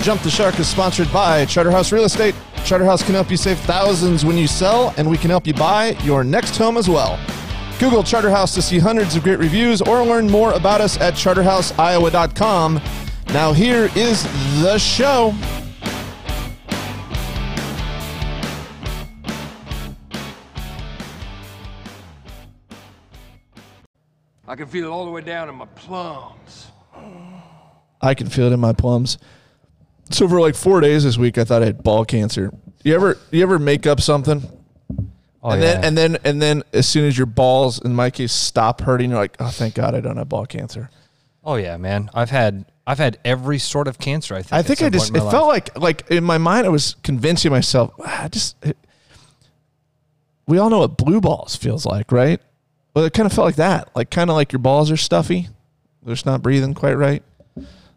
Jump the Shark is sponsored by Charterhouse Real Estate. Charterhouse can help you save thousands when you sell, and we can help you buy your next home as well. Google Charterhouse to see hundreds of great reviews or learn more about us at charterhouseiowa.com. Now, here is the show. I can feel it all the way down in my plums. I can feel it in my plums. So for like four days this week, I thought I had ball cancer. You ever you ever make up something, Oh, and yeah. then and then and then as soon as your balls, in my case, stop hurting, you're like, oh, thank God, I don't have ball cancer. oh yeah, man. I've had I've had every sort of cancer. I think. I at think some I point just in it my felt life. like like in my mind I was convincing myself "Ah, I just it, we all know what blue balls feels like, right? Well, it kind of felt like that, like kind of like your balls are stuffy, they're just not breathing quite right.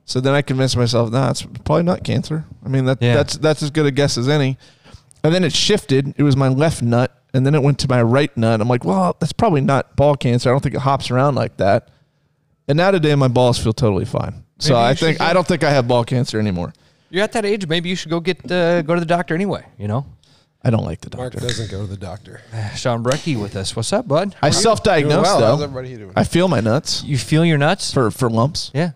So then I convinced myself, nah, it's probably not cancer. I mean that Yeah. that's that's as good a guess as any. And then it shifted. It was my left nut, and then it went to my right nut. I'm like, well, that's probably not ball cancer. I don't think it hops around like that. And now today, my balls feel totally fine. So Maybe you I should think I get- don't think I have ball cancer anymore. you're at that age. Maybe you should go get uh, go to the doctor anyway. You know, I don't like the Mark doctor. doesn't go to the doctor. Sean Brecky with us. What's up, bud? I self-diagnose Doing well. How's though. everybody doing? I feel my nuts You feel your nuts? for for lumps. yeah.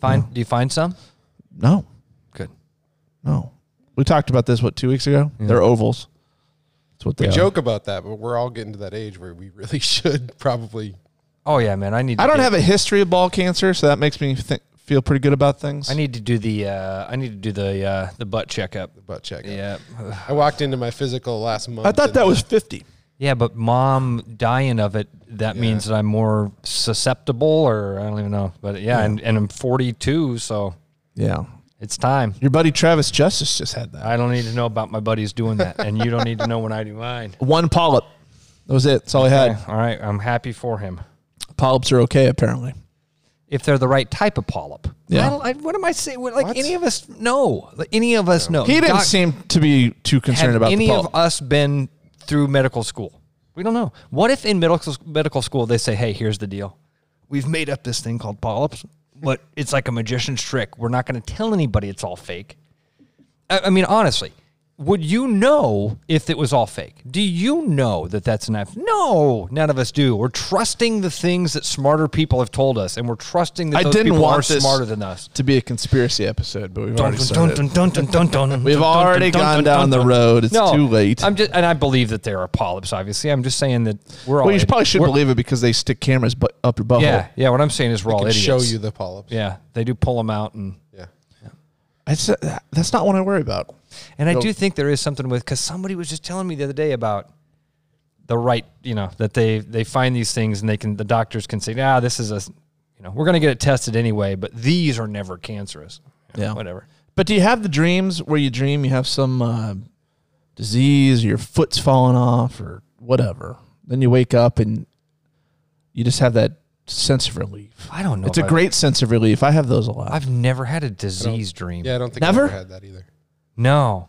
Find do you find some? No, Good. no. We talked about this what two weeks ago. They're ovals. That's what they we are. joke about that, but we're all getting to that age where we really should probably. Oh yeah, man. I need. To I don't get- have a history of ball cancer, so that makes me th- feel pretty good about things. I need to do the uh, I need to do the uh, the butt checkup. Butt check. out. Yeah, I walked into my physical last month. I thought and that was fifty. yeah, but mom dying of it that means that I'm more susceptible, or I don't even know. But yeah, And, and I'm 42, so Yeah, it's time. your buddy Travis Justice just had that I don't need to know about my buddies doing that, and you don't need to know when I do mine. one polyp. That was it. That's all he had. All right, I'm happy for him Polyps are okay apparently. if they're the right type of polyp. Yeah. I don't- I- what am I saying? What, like any of us know? Like, any of us know? He didn't Doc- seem to be too concerned have about any the polyp. of us been through medical school? We don't know. What if in medical medical school they say, "Hey, here's the deal. We've made up this thing called polyps, but it's like a magician's trick. We're not going to tell anybody it's all fake." I, I mean, honestly, would you know if it was all fake? Do you know that that's enough? No, none of us do. We're trusting the things that smarter people have told us, and we're trusting that I those didn't people want are this smarter than us. to be a conspiracy episode, but we've already started. We've We've already gone down the road. It's too late. I'm just, and I believe that there are polyps. Obviously, I'm just saying that we're all. Well, you probably should we're- believe it because they stick cameras bu- up your butthole. Yeah, yeah. What I'm saying is we're all Can idiots. show you the polyps. Yeah, they do pull them out, and Yeah. I just, uh, that's not what I worry about. and I No. do think there is something with because somebody was just telling me the other day about the right, you know, that they they find these things and they can the doctors can say, ah, this is a, you know, we're going to get it tested anyway, but these are never cancerous. You know, Yeah. whatever. But do you have the dreams where you dream you have some uh, disease, or your foot's falling off, or whatever? Then you wake up and you just have that sense of relief. I don't know. It's if a I've- great sense of relief. I have those a lot. I've never had a disease dream. Yeah, I don't think Never? I ever had that either. No.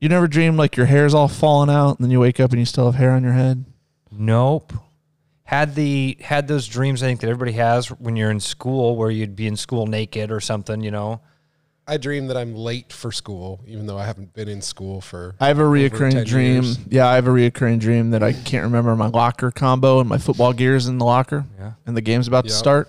you never dream like your hair's all falling out, and then you wake up and you still have hair on your head. Nope. Had the had those dreams I think that everybody has when you're in school where you'd be in school naked or something, you know. I dream that I'm late for school, even though I haven't been in school for. I have a reoccurring 10 dream. years. Yeah, I have a reoccurring dream that I can't remember my locker combo and my football gears in the locker. Yeah. And the game's about to Yep. start.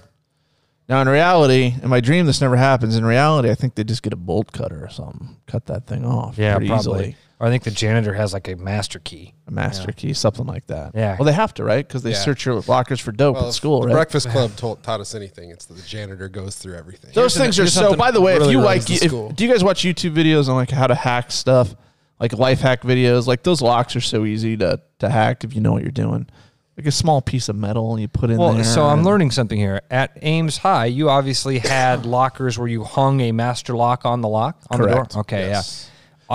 Now, in reality, in my dream, this never happens. In reality, I think they just get a bolt cutter or something, cut that thing off pretty easily. Or I think the janitor has like a master key. A master key, something like that. Yeah. Well, they have to, right? Because they Yeah. search your lockers for dope Well, at if school, the right? Breakfast Club told, taught us anything. It's that the janitor goes through everything. Those Here's things an- are here's so. something By the way, if really you like, related to if, school. do you guys watch YouTube videos on like how to hack stuff, like life hack videos? Like those locks are so easy to to hack if you know what you're doing. like a small piece of metal and you put in Well, there. so I'm and- learning something here. At Ames High, you obviously had lockers where you hung a master lock on the lock on the Correct. door. Okay, yeah.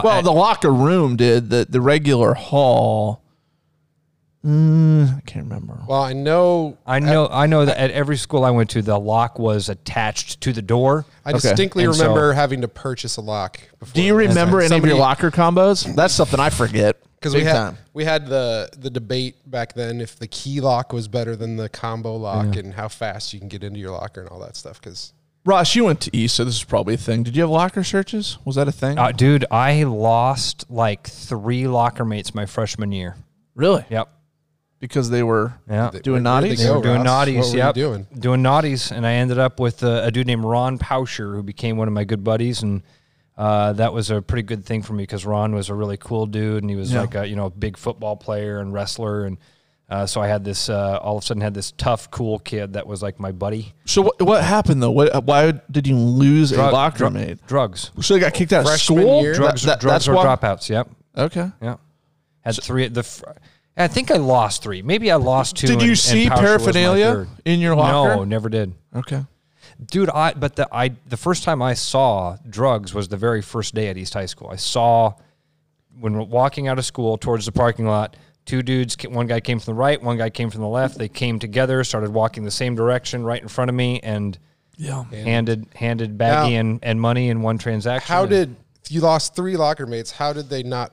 Well, I- the locker room did the the regular hall. Mm, I can't remember. Well, I know. I know I know that at every school I went to, the lock was attached to the door. I Okay. distinctly And so- remember having to purchase a lock. Before Do you remember any of Somebody- your locker combos? That's something I forget. Because we Big had time. we had the the debate back then if the key lock was better than the combo lock and how fast you can get into your locker and all that stuff. Because Ross, you went to East, so this is probably a thing. Did you have locker searches? Was that a thing? Uh, dude, I lost like three locker mates my freshman year. really? Yep. Because they were Yeah. doing where did naughty. they go? They were doing Ross. naughties. What were you yep. doing? Doing naughties, and I ended up with uh, a dude named Ron Pauscher, who became one of my good buddies, and uh, that was a pretty good thing for me because Ron was a really cool dude, and he was Yeah. like a you know big football player and wrestler, and uh, so I had this uh, all of a sudden had this tough, cool kid that was like my buddy. So what, what happened though? What, why did you lose a Drug- locker dru- mate? Drugs, So they got kicked out of Freshman school. year? That- drugs, that- drugs that's or why- dropouts. Yep. Okay. Yeah. Had three. The fr- I think I lost three. Maybe I lost two. Did and- you and see Pauscher was my paraphernalia third. in your locker? No, never did. Okay. Dude, I but the I the first time I saw drugs was the very first day at East High School. I saw when walking out of school towards the parking lot, two dudes, ca- one guy came from the right, one guy came from the left. They came together, started walking the same direction right in front of me and Yeah. handed handed baggie Now- and, and money in one transaction. how And- did if you lost three locker mates? How did they not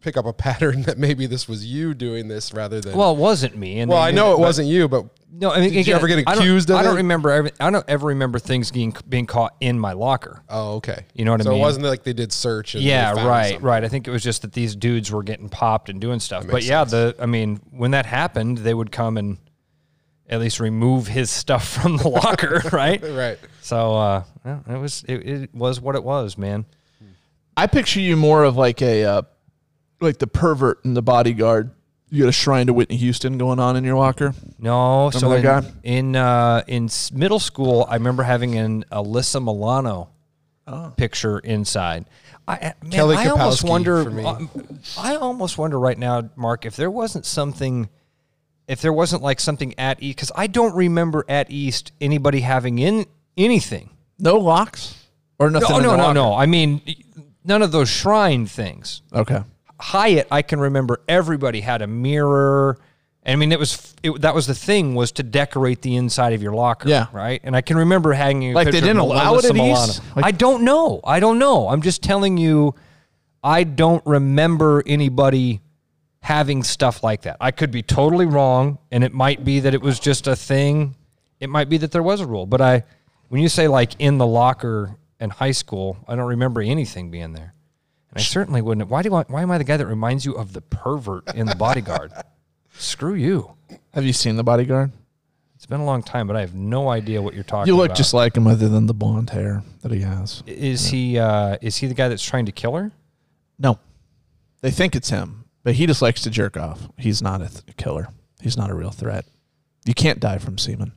pick up a pattern that maybe this was you doing this rather than? Well, it wasn't me. And well, they I knew know it but- wasn't you, but No, I mean, Did you again, ever get I don't- accused of I don't it? remember. Every, I don't ever remember things being being caught in my locker. oh, okay, You know what I so mean? it wasn't like they did search. And they yeah, found right, something. right. I think it was just that these dudes were getting popped and doing stuff. But yeah, the I mean, when that happened, they would come and at least remove his stuff from the locker, right? right. So uh, yeah, it was it, it was what it was, man. I picture you more of like a uh, like the pervert in the bodyguard. You got a shrine to Whitney Houston going on in your locker. No, so that in guy? in, uh, in s- middle school, I remember having an Alyssa Milano Oh. picture inside. I, I- man, Kelly I almost Kapowski wonder. for me. um, I almost wonder right now, Mark, if there wasn't something, if there wasn't like something at East, because I don't remember at East anybody having in anything. No locks or nothing. No, in no, the no, locker? no. I mean, none of those shrine things. Okay. Hyatt, I can remember everybody had a mirror. I mean, it was it, that was the thing was to decorate the inside of your locker, Yeah. right? And I can remember hanging a Like they picture didn't of Mel- allow it Melissa at Milano. East? Like- I don't know. I don't know. I'm just telling you, I don't remember anybody having stuff like that. I could be totally wrong, and it might be that it was just a thing. It might be that there was a rule, but I, when you say like in the locker in high school, I don't remember anything being there. And I certainly wouldn't. Why do I? Why am I the guy that reminds you of the pervert in the bodyguard? Screw you. Have you seen the bodyguard? It's been a long time, but I have no idea what you're talking. You look about. just like him, other than the blonde hair that he has. Is he? Uh, is he the guy that's trying to kill her? No, they think it's him, but he just likes to jerk off. He's not a th- killer. He's not a real threat. You can't die from semen.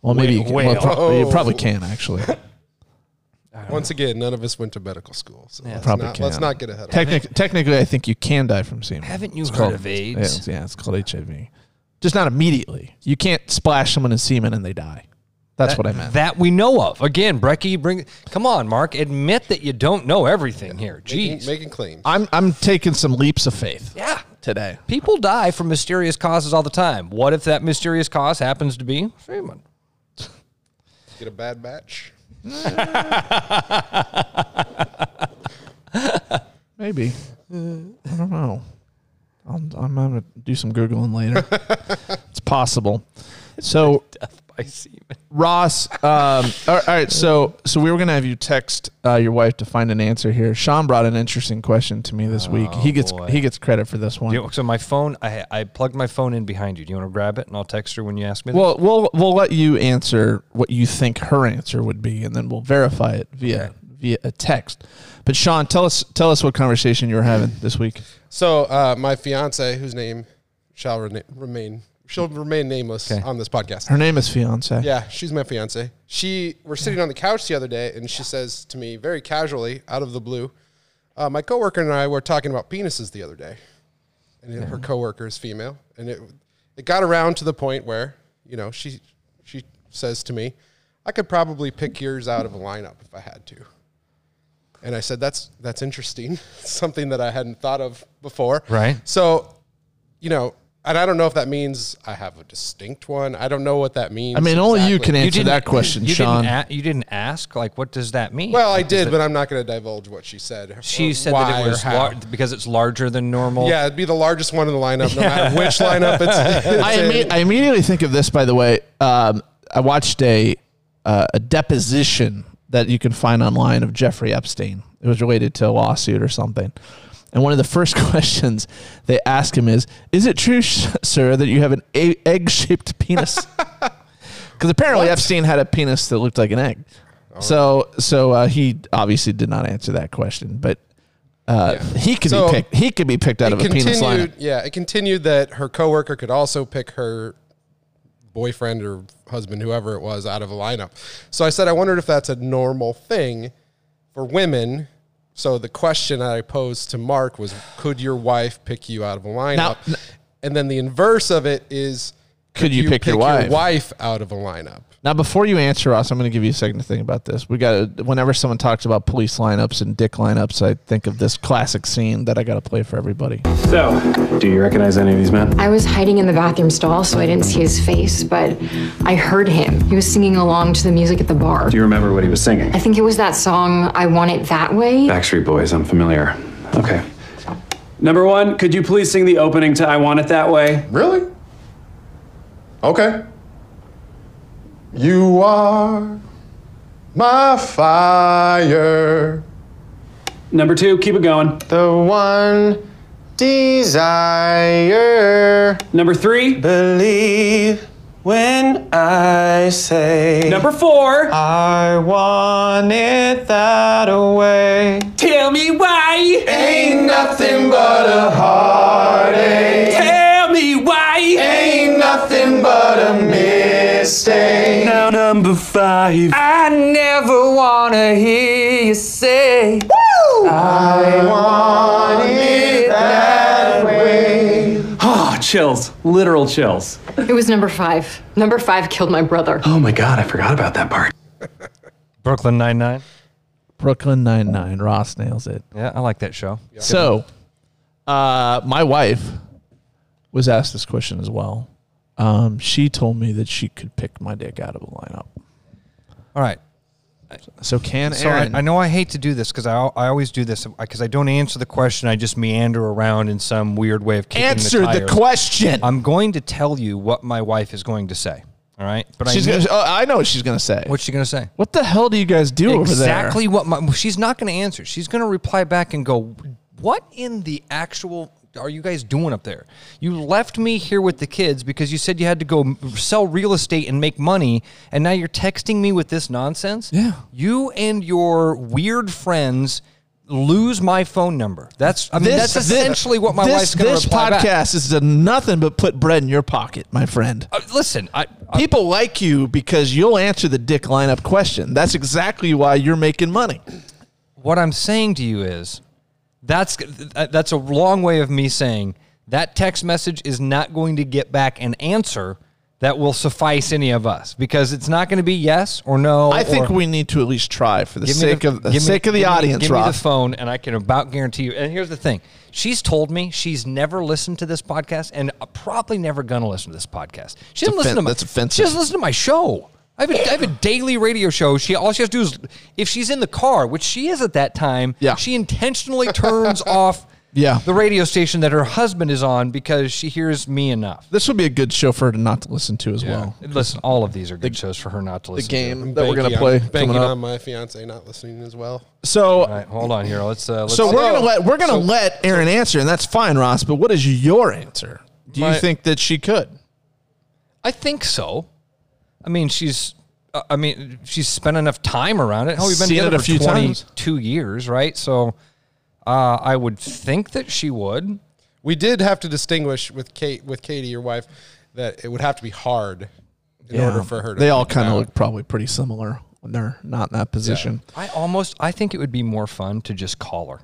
Well, maybe you, can. Well, pro- oh. you probably can actually. Once again, none of us went to medical school, so let's, Probably not, let's can. not get ahead of Technic- technically, I think you can die from semen. Haven't you heard called- of AIDS? Yeah, it's- yeah, it's called HIV. Just not immediately. You can't splash someone in semen and they die. That's what I meant. That we know of. Again, Brecky, bring. Come on, Mark. Admit that you don't know everything here. Jeez. making, making claims. I'm I'm taking some leaps of faith yeah. today. People die from mysterious causes all the time. What if that mysterious cause happens to be semen? Get a bad batch. Maybe. I don't know. I'm, I'm gonna do some googling later. it's possible. So Death by semen. Ross, um, all right. So so we were gonna have you text uh, your wife to find an answer here. Sean brought an interesting question to me this week. He gets boy. he gets credit for this one. so my phone, I, I plugged my phone in behind you. Do you want to grab it and I'll text her when you ask me? Well, we'll we'll let you answer what you think her answer would be, and then we'll verify it via via a text. But Sean, tell us tell us what conversation you were having this week. So uh, my fiance, whose name shall rena- remain, she'll remain nameless on this podcast. Her name is fiance. yeah, she's my fiance. She we're sitting on the couch the other day, and she says to me very casually, out of the blue, uh, "My coworker and I were talking about penises the other day, and it- her coworker is female, and it it got around to the point where you know she she says to me, "I could probably pick yours out of a lineup if I had to." And I said, "That's that's interesting. Something that I hadn't thought of before." Right. So, you know, and I don't know if that means I have a distinct one. I don't know what that means. I mean, only you exactly. can answer didn't- that question, you Sean. Didn't a, you didn't ask. Like, what does that mean? Well, I did, but I'm not going to divulge what she said. she or said why that or it was how. lar- because it's larger than normal. Yeah, it'd be the largest one in the lineup, no matter which lineup it's, it's I, in. imme- I immediately think of this. By the way, um, I watched a uh, a deposition that you can find online of Jeffrey Epstein. It was related to a lawsuit or something. And one of the first questions they ask him is, "Is it true, sh- sir, that you have an a- egg-shaped penis?" Because apparently Epstein had a penis that looked like an egg. Oh. So, so uh, he obviously did not answer that question, but uh, Yeah. he could So, be picked. He could be picked out of a penis lineup. Yeah, it continued that her coworker could also pick her boyfriend or husband, whoever it was, out of a lineup. So I said, I wondered if that's a normal thing for women. So the question I posed to Mark was, could your wife pick you out of a lineup? n- and then the inverse of it is, Could you pick your wife? out of a lineup? Now, before you answer, Ross, I'm going to give you a second to think about this. We got to, whenever someone talks about police lineups and dick lineups, I think of this classic scene that I got to play for everybody. So, do you recognize any of these men? I was hiding in the bathroom stall, so I didn't see his face, but I heard him. He was singing along to the music at the bar. Do you remember what he was singing? I think it was that song, I Want It That Way. Backstreet Boys, I'm familiar. Okay. Number one, could you please sing the opening to I Want It That Way? Really? Okay. You are my fire, Number two, keep it going. the one desire. Number three, Believe when I say number four, I want it that way. tell me why. Ain't nothing but a heartache. Tell me why. Ain't nothing but a mistake. Now, number five, I never wanna hear you say, I want it that way. oh, chills, literal chills. It was number five. Number five killed my brother. Oh my god, I forgot about that part. Brooklyn Nine Nine. Brooklyn Nine-Nine. Ross nails it. Yeah, I like that show. So, uh, my wife was asked this question as well. Um, she told me that she could pick my dick out of a lineup. All right. So, can So I, Aaron? I know I hate to do this because I, al- I always do this because I don't answer the question. I just meander around in some weird way of kicking answer the, the, tires. question. I'm going to tell you what my wife is going to say. All right, but she's I gonna, need- oh, I know what she's going to say. what's she going to say? what the hell do you guys do over there? Exactly what my she's not going to answer. She's going to reply back and go, "What in the actual are you guys doing up there? You left me here with the kids because you said you had to go m- sell real estate and make money, and now you're texting me with this nonsense? Yeah. You and your weird friends lose my phone number. That's I mean that's essentially what my this, wife's going to This reply podcast back. is a nothing but put bread in your pocket, my friend. Uh, listen, I, I People like you because you'll answer the dick lineup question. That's exactly why you're making money. what I'm saying to you is that's that's a long way of me saying that text message is not going to get back an answer that will suffice any of us because it's not going to be yes or no. I think or- we need to at least try for the Give me sake of the give me- sake of the give me- audience, Give me the Ross. phone, and I can about guarantee you. And here's the thing: she's told me she's never listened to this podcast, and uh, probably never gonna listen to this podcast. She doesn't listen offen- to my. that's offensive. She doesn't listen to my show. I have, a, I have a daily radio show. She all she has to do is if she's in the car, which she is at that time. Yeah. She intentionally turns off. Yeah. The radio station that her husband is on because she hears me enough. This would be a good show for her to not to listen to as well. Listen, all of these are good shows for her not to The listen. game To. that we're gonna Banking play on, coming banking up. on my fiance not listening as well. So, All right, hold on here. Let's. Uh, let's so we're gonna So- let we're gonna let Aaron answer, and that's fine, Ross. But what is your answer? Do you My- think that she could? I think so. I mean, she's. uh, I mean, she's spent enough time around it. Oh, we've been Seen it together a for few times. twenty-two years, right? So, uh, I would think that she would. We did have to distinguish with Kate, with Katie, your wife, that it would have to be hard in order for her. to They all pick kind out. of look probably pretty similar when they're not in that position. I almost. I think it would be more fun to just call her.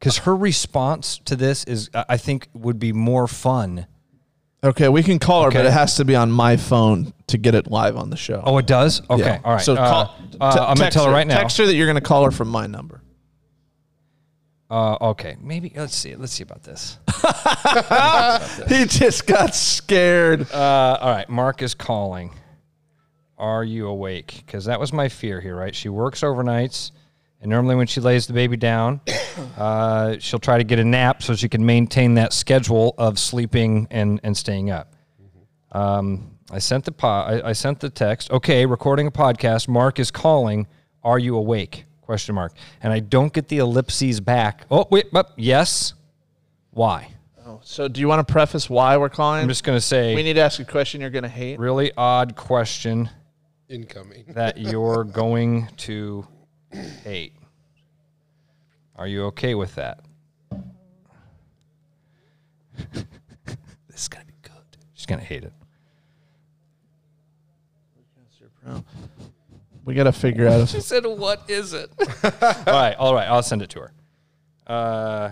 Because her response to this is, I I think, would be more fun Okay, we can call her, but Okay. it has to be on my phone to get it live on the show. Oh, it does. Okay, Yeah. all right. So Uh, call, uh, te- I'm gonna text tell her right now. Text her that you're gonna call her from my number. Uh, okay, maybe let's see. Let's see about this. He just got scared. Uh, all right, Mark is calling. Are you awake? Because that was my fear here, right? She works overnights, and normally when she lays the baby down, uh, she'll try to get a nap so she can maintain that schedule of sleeping and, and staying up. Um, I sent the po- I, I sent the text. Okay, recording a podcast. Mark is calling. Are you awake? Question mark. And I don't get the ellipses back. Oh wait, but yes. Why? So, do you want to preface why we're calling? I'm just gonna say we need to ask a question you're gonna hate. really odd question. Incoming. that you're going to hate. Are you okay with that? this is gonna be good. She's gonna hate it. We gotta figure out. If, said, "What is it?" all right, all right. I'll send it to her. Uh,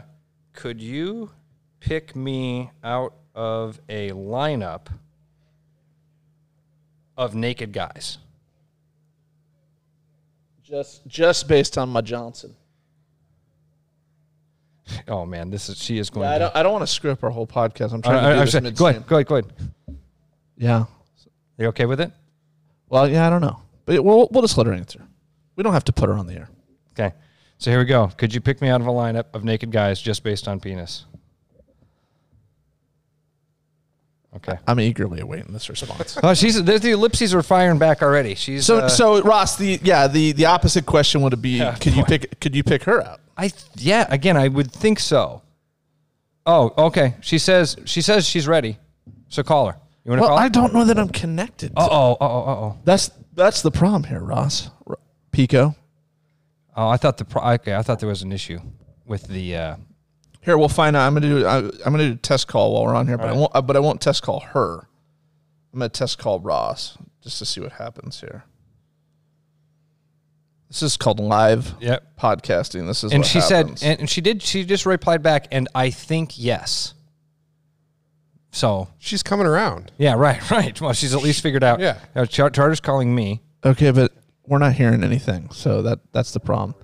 could you pick me out of a lineup of naked guys? just just based on my Johnson. Oh man, this is she is going. I to, don't. I don't want to screw up our whole podcast. I'm trying to I, do I- I this said- Uh, go mid-stem. ahead, go ahead, go ahead. Yeah. You okay with it? Well, yeah. I don't know, but we'll we'll just let her answer. We don't have to put her on the air. Okay. So here we go. Could you pick me out of a lineup of naked guys just based on penis? Okay. I'm eagerly awaiting this response. Oh, she's the, the ellipses are firing back already. She's So, uh, so Ross, the yeah, the the opposite question would be, could you pick could you pick her out? I th- yeah. Again, I would think so. Oh, okay. She says she says she's ready. So call her. You want to Well, call? I don't know that I'm connected. Uh oh. Uh oh. Uh oh. That's that's the problem here, Ross. R- Pico. Oh, I thought the pro- okay. I thought there was an issue with the. Uh, Here, we'll find out. I'm gonna do I, I'm gonna do a test call while we're on here, but I won't uh, but I won't test call her. I'm gonna test call Ross just to see what happens here. This is called live Yep. podcasting. This is and what she happens. said, and, and she did. She just replied back, and I think yes. So She's coming around. Yeah, right, right. Well, she's at least figured out. Yeah. Uh, Char- Charter's calling me. okay, but we're not hearing anything, so that that's the problem.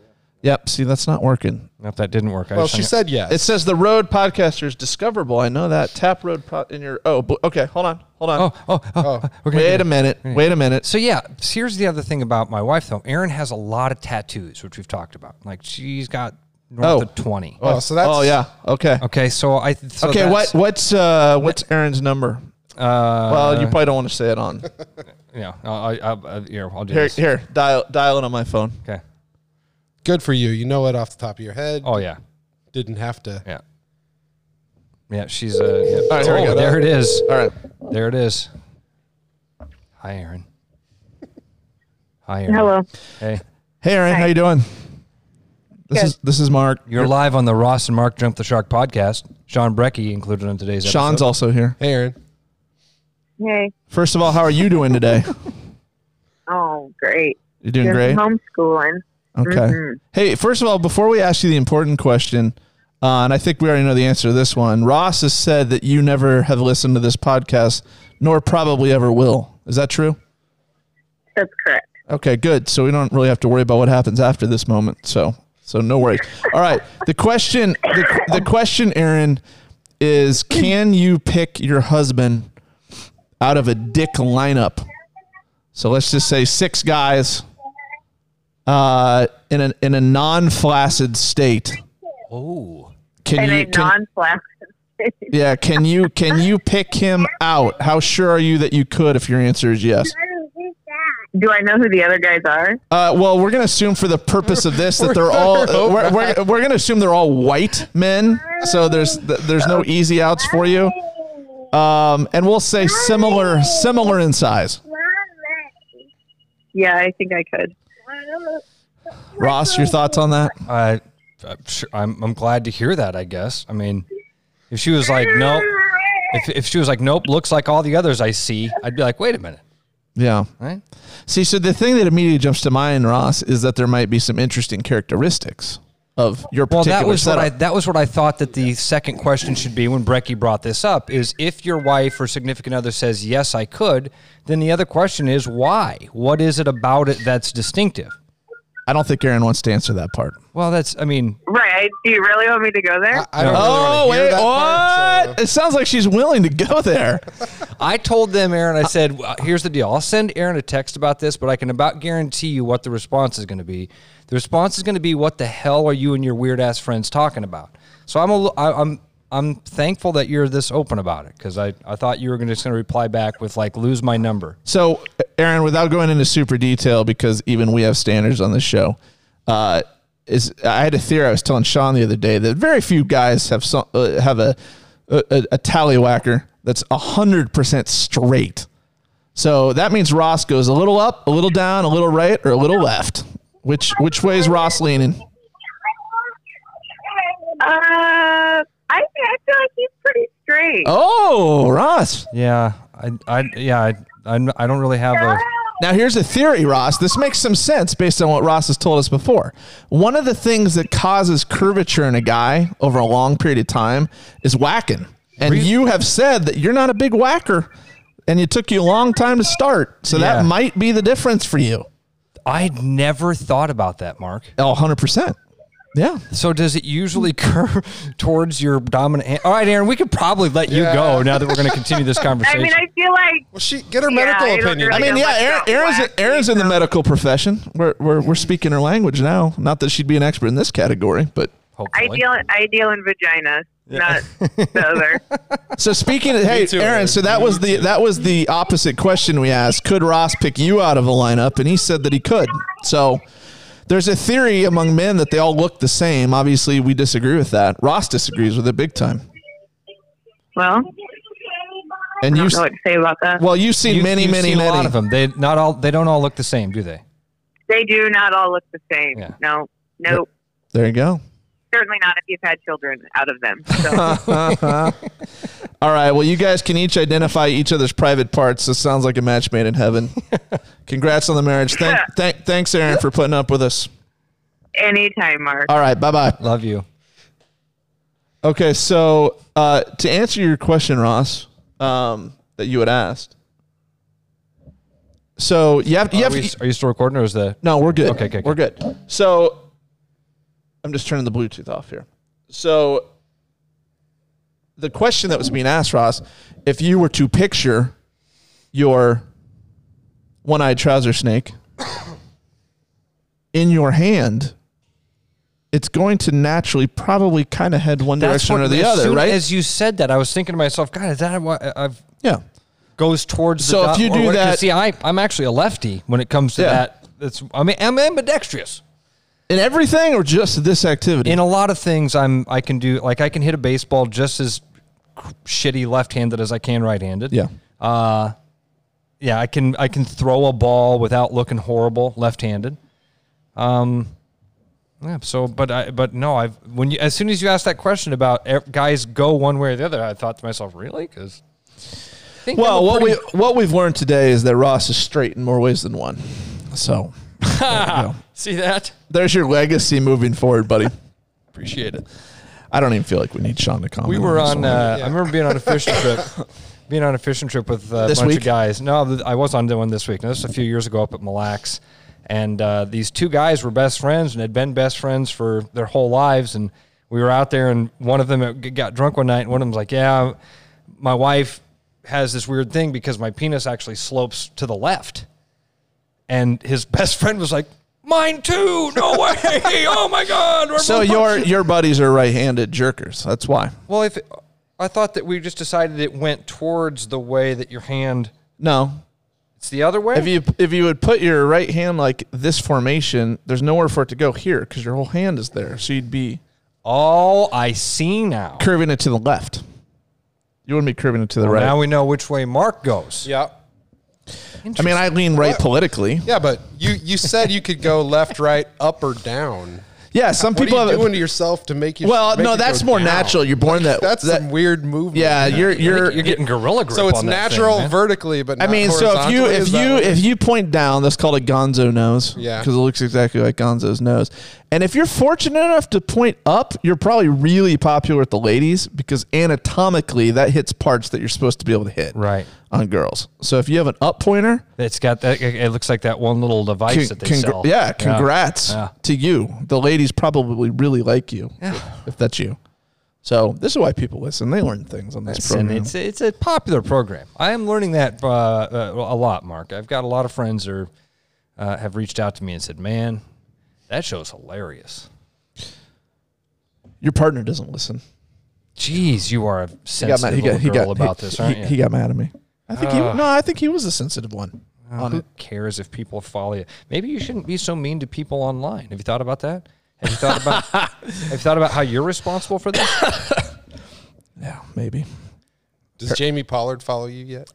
Yep. See, that's not working. Nope, that didn't work. I Well, just she hung up. said yes. It says the road podcaster is discoverable. I know that. Tap road pro- in your. Oh, bl- okay. Hold on. Hold on. Oh, oh, oh. oh. We're gonna do Wait that. a minute. Wait a minute. So yeah, so here's the other thing about my wife though. Erin has a lot of tattoos, which we've talked about. Like she's got north Oh. of twenty. oh, so that's oh yeah. Okay. Okay, so I. So okay. What that's, what's uh what's Aaron's number? Uh, Well, you probably don't want to say it on. yeah, I, I, I, here, I'll do Here, this. here. Dial dial it on my phone. Okay. good for you. You know it off the top of your head. Oh yeah, Didn't have to. yeah, yeah. She's uh. Yeah. All right, here we Oh, go. There it is. All right. There it is. Hi, Erin. Hi, Erin. Hello. Hey. Hey, Aaron. How you doing? This is this is Mark. You're live on the Ross and Mark Jump the Shark podcast. Sean Brecky included in today's episode. Sean's also here. Hey, Aaron. Hey. First of all, how are you doing today? Oh, great. You're doing Just great. Homeschooling. Okay. Hey, first of all, before we ask you the important question, uh, and I think we already know the answer to this one, Ross has said that you never have listened to this podcast, nor probably ever will. Is that true? That's correct. Okay, good. So we don't really have to worry about what happens after this moment. So, so no worries. All right. The question, the, the question, Aaron, is: Can you pick your husband out of a dick lineup? So let's just say six guys, uh, in a in a non flaccid state. Oh. Can In you? a can- non-flaccid state. yeah. Can you? Can you pick him out? How sure are you that you could? If your answer is yes. Do I know who the other guys are? Uh, well, we're going to assume for the purpose of this that they're all uh, we're, we're, we're going to assume they're all white men. So there's th- there's no easy outs for you. Um, and we'll say similar similar in size. Yeah, I think I could. Ross, your thoughts on that? I, I'm, sure, I'm, I'm glad to hear that, I guess. I mean, if she was like, nope, if, if she was like, nope, looks like all the others I see, I'd be like, wait a minute. Yeah. Right? See, so the thing that immediately jumps to mind, Ross, is that there might be some interesting characteristics. of your Well, particular that was what setup. I that was what I thought that the second question should be when Brecky brought this up is if your wife or significant other says yes, I could, then the other question is why? What is it about it that's distinctive? I don't think Aaron wants to answer that part. Well, that's I mean, Right. Do you really want me to go there? I don't really Oh wanna hear wait, that what? part, so- It sounds like she's willing to go there. I told them Aaron. I said, well, "Here's the deal. I'll send Aaron a text about this, but I can about guarantee you what the response is going to be. The response is going to be, "What the hell are you and your weird ass friends talking about?" So I'm a, li- I, I'm I'm thankful that you're this open about it because I, I thought you were gonna, just going to reply back with like lose my number. So, Aaron, without going into super detail, because even we have standards on this show, uh, is I had a theory I was telling Sean the other day that very few guys have some uh, have a a, a, a tallywhacker that's hundred percent straight. So that means Ross goes a little up, a little down, a little right, or a little left. Which which way is Ross leaning? Uh, I, I feel like he's pretty straight. Oh, Ross. Yeah, I I yeah I I'm- I don't really have a Now, here's a theory, Ross. This makes some sense based on what Ross has told us before. One of the things that causes curvature in a guy over a long period of time is whacking. And you have said that you're not a big whacker and it took you a long time to start. So Yeah. that might be the difference for you. I'd never thought about that, Mark. Oh, 100%. Yeah. So does it usually curve towards your dominant hand? All right, Aaron, we could probably let you go now that we're going to continue this I conversation. mean, I feel like Well, she get her Yeah, medical I don't opinion. I really- mean, Yeah, yeah, like Aaron, that Aaron's, whack Aaron's in the medical profession. We're, we're, we're speaking her language now. Not that she'd be an expert in this category, but. Hopefully. I deal, I deal in vaginas, not the other. So speaking of hey too, Aaron, Aaron. so that was the that was the opposite question we asked. Could Ross pick you out of a lineup? And he said that he could. So there's a theory among men that they all look the same. Obviously, we disagree with that. Ross disagrees with it big time. Well, And I you don't know what to say about that. well, you've seen You- many, you've many, seen many. A lot of them. They not all. They don't all look the same, do they? they do not all look the same. Yeah. No, no, There you go. certainly not if you've had children out of them. So, All right. Well, you guys can each identify each other's private parts. This sounds like a match made in heaven. Congrats on the marriage. Thank, thank, thanks, Aaron, for putting up with us. anytime, Mark. All right. Bye bye. Love you. Okay, so uh, to answer your question, Ross, um, that you had asked. So you have e- you Are, have we, are you still recording, or is the no, we're good. Okay, okay, we're good. So I'm just turning the Bluetooth off here. So the question that was being asked, Ross, if you were to picture your one-eyed trouser snake in your hand. It's going to naturally probably kind of head one direction or the as other, soon right? As you said that, I was thinking to myself, God, is that what I've Yeah. goes towards? So if the dot- you or do what- 'cause that- see, I, I'm actually a lefty when it comes to Yeah. that. That's I mean, I'm ambidextrous In everything or just this activity? in a lot of things. I'm I can do like I can hit a baseball just as shitty left-handed as I can right-handed. yeah. yeah, I can I can throw a ball without looking horrible left-handed. Um, yeah. So, but I but no, I've when you as soon as you asked that question about e- guys go one way or the other, I thought to myself, really? Because Well, what we what we've learned today is that Ross is straight in more ways than one. So see that there's your legacy moving forward, buddy. appreciate it. I don't even feel like we need Sean to comment. We were this on. one. Uh, I remember being on a fishing trip. Being on a fishing trip with uh, a This bunch week? of guys. No, th- I was on the one this week. No, this was a few years ago up at Mille Lacs, and uh, these two guys were best friends and had been best friends for their whole lives. And we were out there, and one of them g- got drunk one night, and one of them's like, "Yeah, my wife has this weird thing because my penis actually slopes to the left." And his best friend was like, "Mine too! No way! oh my god!" We're so both- your your buddies are right-handed jerkers. That's why. well, if it, I thought that we just decided it went towards the way that your hand, No. it's the other way. If you if you would put your right hand like this formation, there's nowhere for it to go here because your whole hand is there. So you'd be oh, I see now. curving it to the left. You wouldn't be curving it to the right. Now we know which way Mark goes. Yeah. I mean, I lean right politically. Yeah, but you you said you could go left, right, up, or down. Yeah, some What people are you have doing to yourself to make you? Well, make no, it that's go more down? natural. You're born that That's that some weird movement. Yeah, you're you're You're getting gorilla grip. So it's on that thing, natural man. vertically, but I not mean, so if you horizontally? if Is that you what it if is? you point down, that's called a gonzo nose. Yeah. because it looks exactly like Gonzo's nose. And if you're fortunate enough to point up, you're probably really popular with the ladies because anatomically that hits parts that you're supposed to be able to hit. Right. on girls. So if you have an up pointer, It's got that. It it looks like that one little device con- that they congr- sell. yeah, congrats Yeah. to you. The ladies probably really like you if that's you. So this is why people listen. They learn things on this And program. it's it's a popular program. I am learning that uh, uh, a lot, Mark. I've got a lot of friends who are, uh, have reached out to me and said, "Man, that show's hilarious." Your partner doesn't listen. Jeez, you are a he got mad. sensitive He got, he little got girl about he, this, he- aren't he you? got mad at me. I think he no. I think he was the sensitive one. on Who it. cares if people follow you? Maybe you shouldn't be so mean to people online. Have you thought about that? Have you thought about have you thought about how you're responsible for this? Yeah, maybe. does Jamie Pollard follow you yet?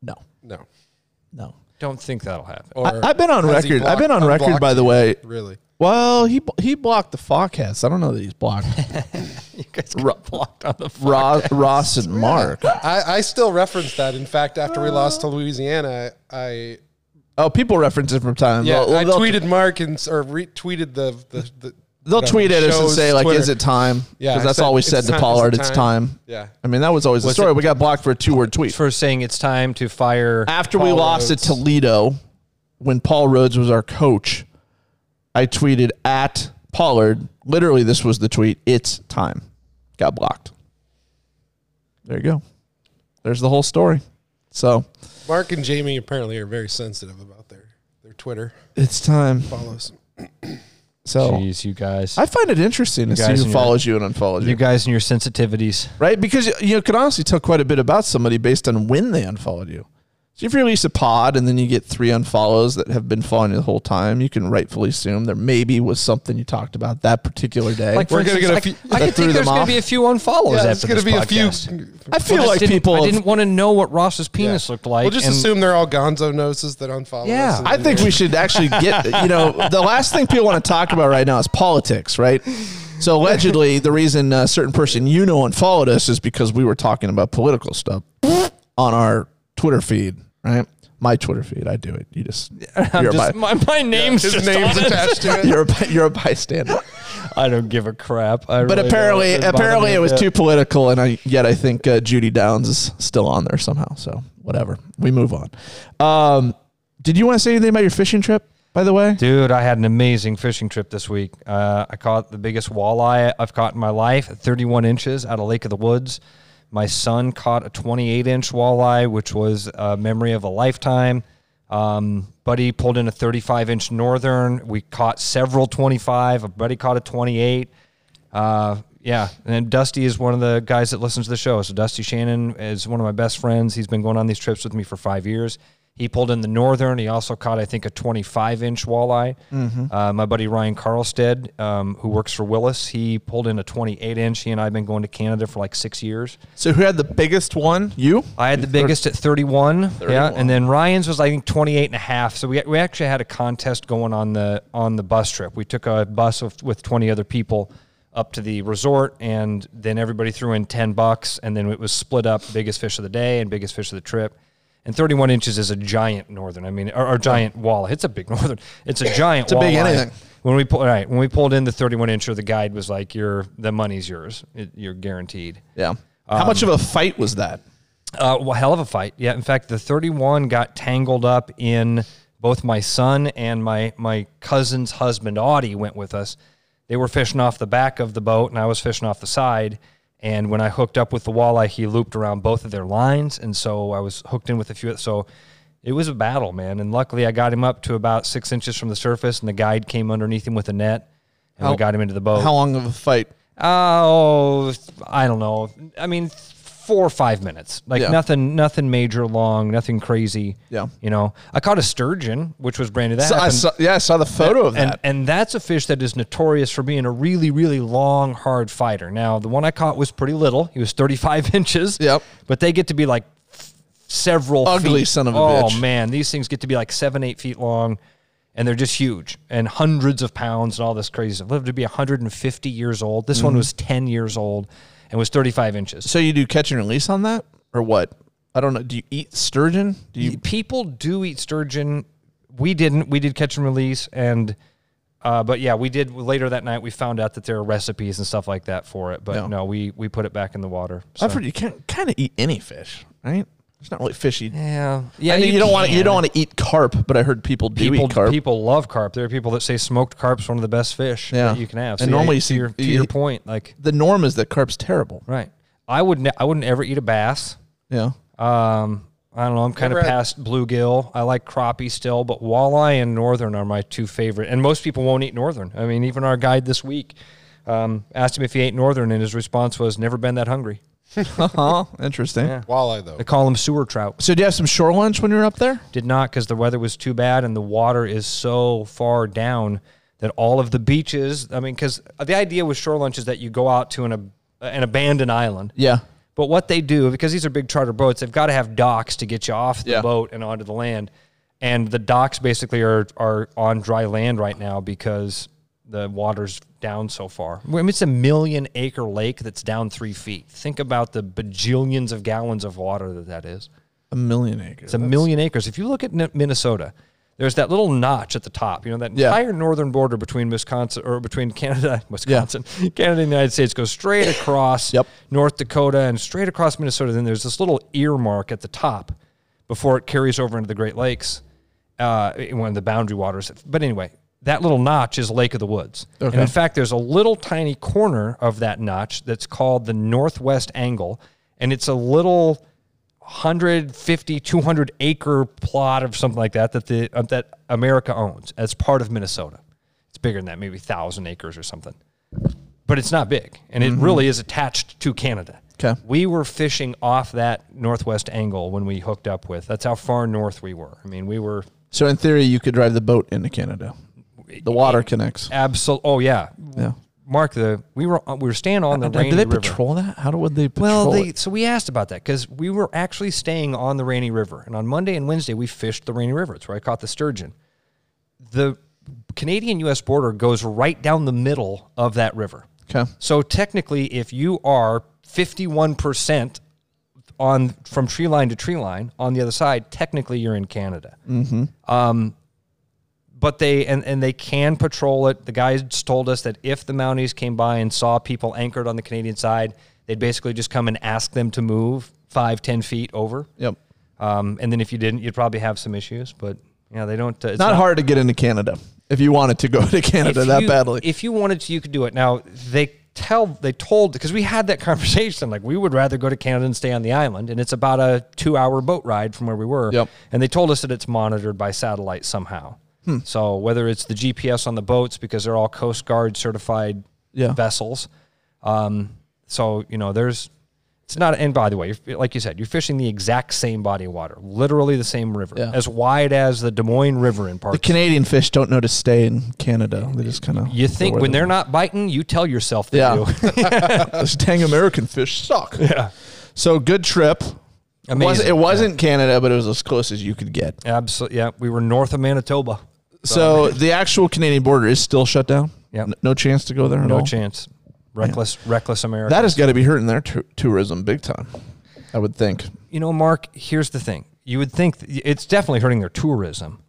No, No. no. Don't think that'll happen. Or I've been on has he record- I've been on unblocked record, by the you? way. Really? Well, he he blocked the Fawcast. I don't know that he's blocked You guys got blocked on the phone. Ross, Ross and Mark. I, I still reference that. In fact, after we lost to Louisiana, I Oh, people reference it from time. yeah they'll, I they'll- tweeted Mark and s- or retweeted the the, the They'll whatever, tweet at us and shows, say like, Twitter. "Is it time?" Yeah, because I that's said, all we "It's said to time, it's Pollard. It's time." time. Yeah. I mean that was always the Was story. it- we got blocked for a two-word tweet. for saying it's time to fire. after we lost Rhodes. to Toledo, when Paul Rhodes was our coach, I tweeted at Pollard. Literally, this was the tweet. It's time. Got blocked. There you go. There's the whole story. So Mark and Jamie apparently are very sensitive about their their Twitter it's time. follows. So Jeez, you guys. Oh. I find it interesting to see guys who and your- follows you and unfollows you you, guys and your sensitivities. right? Because you can honestly tell quite a bit about somebody based on when they unfollowed you. So if you release a pod and then you get three unfollows that have been following you the whole time, you can rightfully assume there maybe was something you talked about that particular day. Like, for We're gonna instance, get a few- I, I that could threw think them there's going off. to be a few unfollows Yeah, it's after going to this be a few. podcast. I feel I just like didn't- people. I didn't want to know what Ross's penis looked like. We'll just and- assume they're all Gonzo noses that unfollow. Yeah. us and I then think we should actually get. You know, the last thing people want to talk about right now is politics, right? So allegedly, the reason a certain person you know unfollowed us is because we were talking about political stuff on our Twitter feed, right? My Twitter feed. I do it. You just. You're, Just, a, bi- my, my name's his just name's on it. attached to it. you're, a, bi- you're a bystander. I don't give a crap. I But really apparently, don't. doesn't bother apparently me it a was bit. too political, and I, yet I think uh, Judy Downs is still on there somehow. So whatever, we move on. Um, did you want to say anything about your fishing trip? By the way, Dude, I had an amazing fishing trip this week. Uh, I caught the biggest walleye I've caught in my life, 31 inches out of Lake of the Woods. My son caught a 28 inch walleye, which was a memory of a lifetime. Um, buddy pulled in a 35 inch northern. We caught several 25. A buddy caught a 28. Uh, yeah, and then Dusty is one of the guys that listens to the show. So Dusty Shannon is one of my best friends. He's been going on these trips with me for five years. He pulled in the northern. He also caught, I think, a 25 inch walleye. Uh, my buddy Ryan Carlstead, um, who works for Willis, he pulled in a 28 inch. He and I have been going to Canada for like six years. so who had the biggest one? You? I had the biggest at 31. Yeah. And then Ryan's was, I think, 28 and a half. So we, we actually had a contest going on the on the bus trip. We took a bus of, with 20 other people up to the resort, and then everybody threw in 10 bucks. And then it was split up biggest fish of the day and biggest fish of the trip. And 31 inches is a giant northern. I mean, or, or giant walleye. It's a big northern. It's a giant It's a big walleye. anything. When we pull, all right, when we pulled in the 31 incher, the guide was like, "Your the money's yours. It, you're guaranteed." Yeah. How much of a fight was that? Uh, well, hell of a fight. Yeah. In fact, the 31 got tangled up in both my son and my my cousin's husband Audie went with us. They were fishing off the back of the boat, and I was fishing off the side. And when I hooked up with the walleye, he looped around both of their lines, and so I was hooked in with a few. So it was a battle, man. And luckily, I got him up to about six inches from the surface, and the guide came underneath him with a net, and we got him into the boat. How long of a fight? Oh, I don't know. I mean, four or five minutes. Like Yeah. nothing, nothing major, long, nothing crazy. Yeah. You know, I caught a sturgeon, which was brand new. That So I happened- saw, yeah, I saw the photo of and that. and that's a fish that is notorious for being a really, really long, hard fighter. Now, the one I caught was pretty little. He was 35 inches. Yep. But they get to be like f- several Ugly feet. son of a oh, bitch. man, these things get to be like seven, eight feet long. and they're just huge and hundreds of pounds and all this crazy stuff. Lived to be 150 years old. This Mm-hmm. one was 10 years old and was 35 inches. So you do catch and release on that, or what? I don't know. Do you eat sturgeon? Do you? people do eat sturgeon. We didn't. We did catch and release, and uh, but yeah, we did. Later that night, we found out that there are recipes and stuff like that for it. But No. no, we we put it back in the water. So. I've heard you can kind of eat any fish, right? It's not really fishy. yeah, yeah. I mean, you, don't want to. You can. don't want to eat carp, but I heard people do people eat carp. people love carp. There are people that say smoked carp's one of the best fish Yeah. that you can have. And normally you to see- your, to you- your point, like the norm is that carp's terrible. right. I would ne- I wouldn't ever eat a bass. Yeah. Um, I don't know. I'm kind of Never had- past bluegill. I like crappie still, but walleye and northern are my two favorite. And most people won't eat northern. I mean, even our guide this week um, asked him if he ate northern, and his response was, "Never been that hungry." Uh-huh. Interesting. Walleye though. They call them sewer trout. So do you have some shore lunch when you're up there? Did not because the weather was too bad, and the water is so far down that all of the beaches. I mean, because the idea with shore lunch is that you go out to an ab- an abandoned island. Yeah. But what they do, because these are big charter boats, they've got to have docks to get you off the Yeah. boat and onto the land. And the docks basically are are on dry land right now because the water's down so far. I mean, it's a million acre lake that's down three feet. Think about the bajillions of gallons of water that that is. A million acres. It's a million acres. If you look at N- Minnesota, there's that little notch at the top. You know that Yeah. entire northern border between Wisconsin or between Canada, Wisconsin, Canada, and the United States goes straight across Yep. North Dakota and straight across Minnesota. Then there's this little earmark at the top before it carries over into the Great Lakes, uh, in one of the boundary waters. But anyway, that little notch is Lake of the Woods, and in fact, there's a little tiny corner of that notch that's called the Northwest Angle, and it's a little 150 200 acre plot or something like that that the uh, that America owns as part of Minnesota. It's bigger than that, maybe 1000 acres or something. But it's not big and Mm-hmm. it really is attached to Canada. 'Kay. We were fishing off that northwest angle when we hooked up with. That's how far north we were. I mean, we were So in theory, you could drive the boat into Canada. The water connects. absolute Oh yeah. Yeah. Mark the we were uh, we were staying on the Do Rainy they River. patrol that? How do- would they patrol Well, they, it? so we asked about that because we were actually staying on the Rainy River, and on Monday and Wednesday we fished the Rainy River. It's where I caught the sturgeon. The Canadian-U.S. border goes right down the middle of that river. Okay. So technically, if you are fifty-one percent on from tree line to tree line on the other side, technically you're in Canada. Mm-hmm. Um, but they and, and they can patrol it. The guides told us that if the Mounties came by and saw people anchored on the Canadian side, they'd basically just come and ask them to move five, ten feet over. Yep. Um, and then if you didn't, you'd probably have some issues. But yeah, they don't. Uh, it's Not, hard to get into Canada if you wanted to go to Canada that you, badly. If you wanted to, you could do it. Now they tell they told because we had that conversation. Like we would rather go to Canada and stay on the island, and it's about a two-hour boat ride from where we were. Yep. And they told us that it's monitored by satellite somehow. Hmm. So whether it's the GPS on the boats because they're all Coast Guard certified Yeah. vessels. Um, so you know there's. It's not, and by the way, you're, like you said, you're fishing the exact same body of water, literally the same river, Yeah. as wide as the Des Moines River in parts. the Canadian fish don't know to stay in Canada. They just kind of You think when they're not biting, you tell yourself they Yeah. do. those dang American fish suck. Yeah. So good trip. It wasn't- Amazing. It wasn't Canada, but it was as close as you could get. Absolutely. Yeah. We were north of Manitoba. So the actual Canadian border is still shut down. Yep. N- no chance to go there. At No all? chance. Reckless, reckless America. That has got to be hurting their tou- tourism big time. I would think. you know, Mark, here's the thing. You would think th- it's definitely hurting their tourism.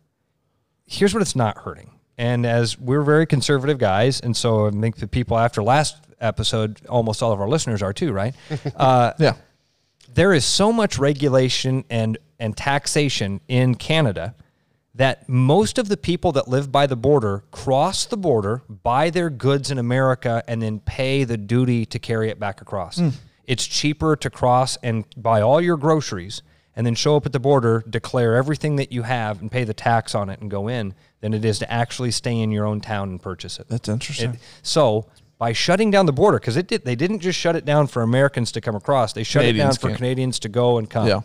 Here's what it's not hurting. And as we're very conservative guys, and so I think the people after last episode, almost all of our listeners are too, right? Uh, Yeah. there is so much regulation and and taxation in Canada that most of the people that live by the border cross the border, buy their goods in America, and then pay the duty to carry it back across. It's cheaper to cross and buy all your groceries and then show up at the border, declare everything that you have, and pay the tax on it and go in than it is to actually stay in your own town and purchase it. That's interesting. It- so by shutting down the border, because it did, they didn't just shut it down for Americans to come across; they shut it down Canadians for can't. Canadians to go and come. yeah.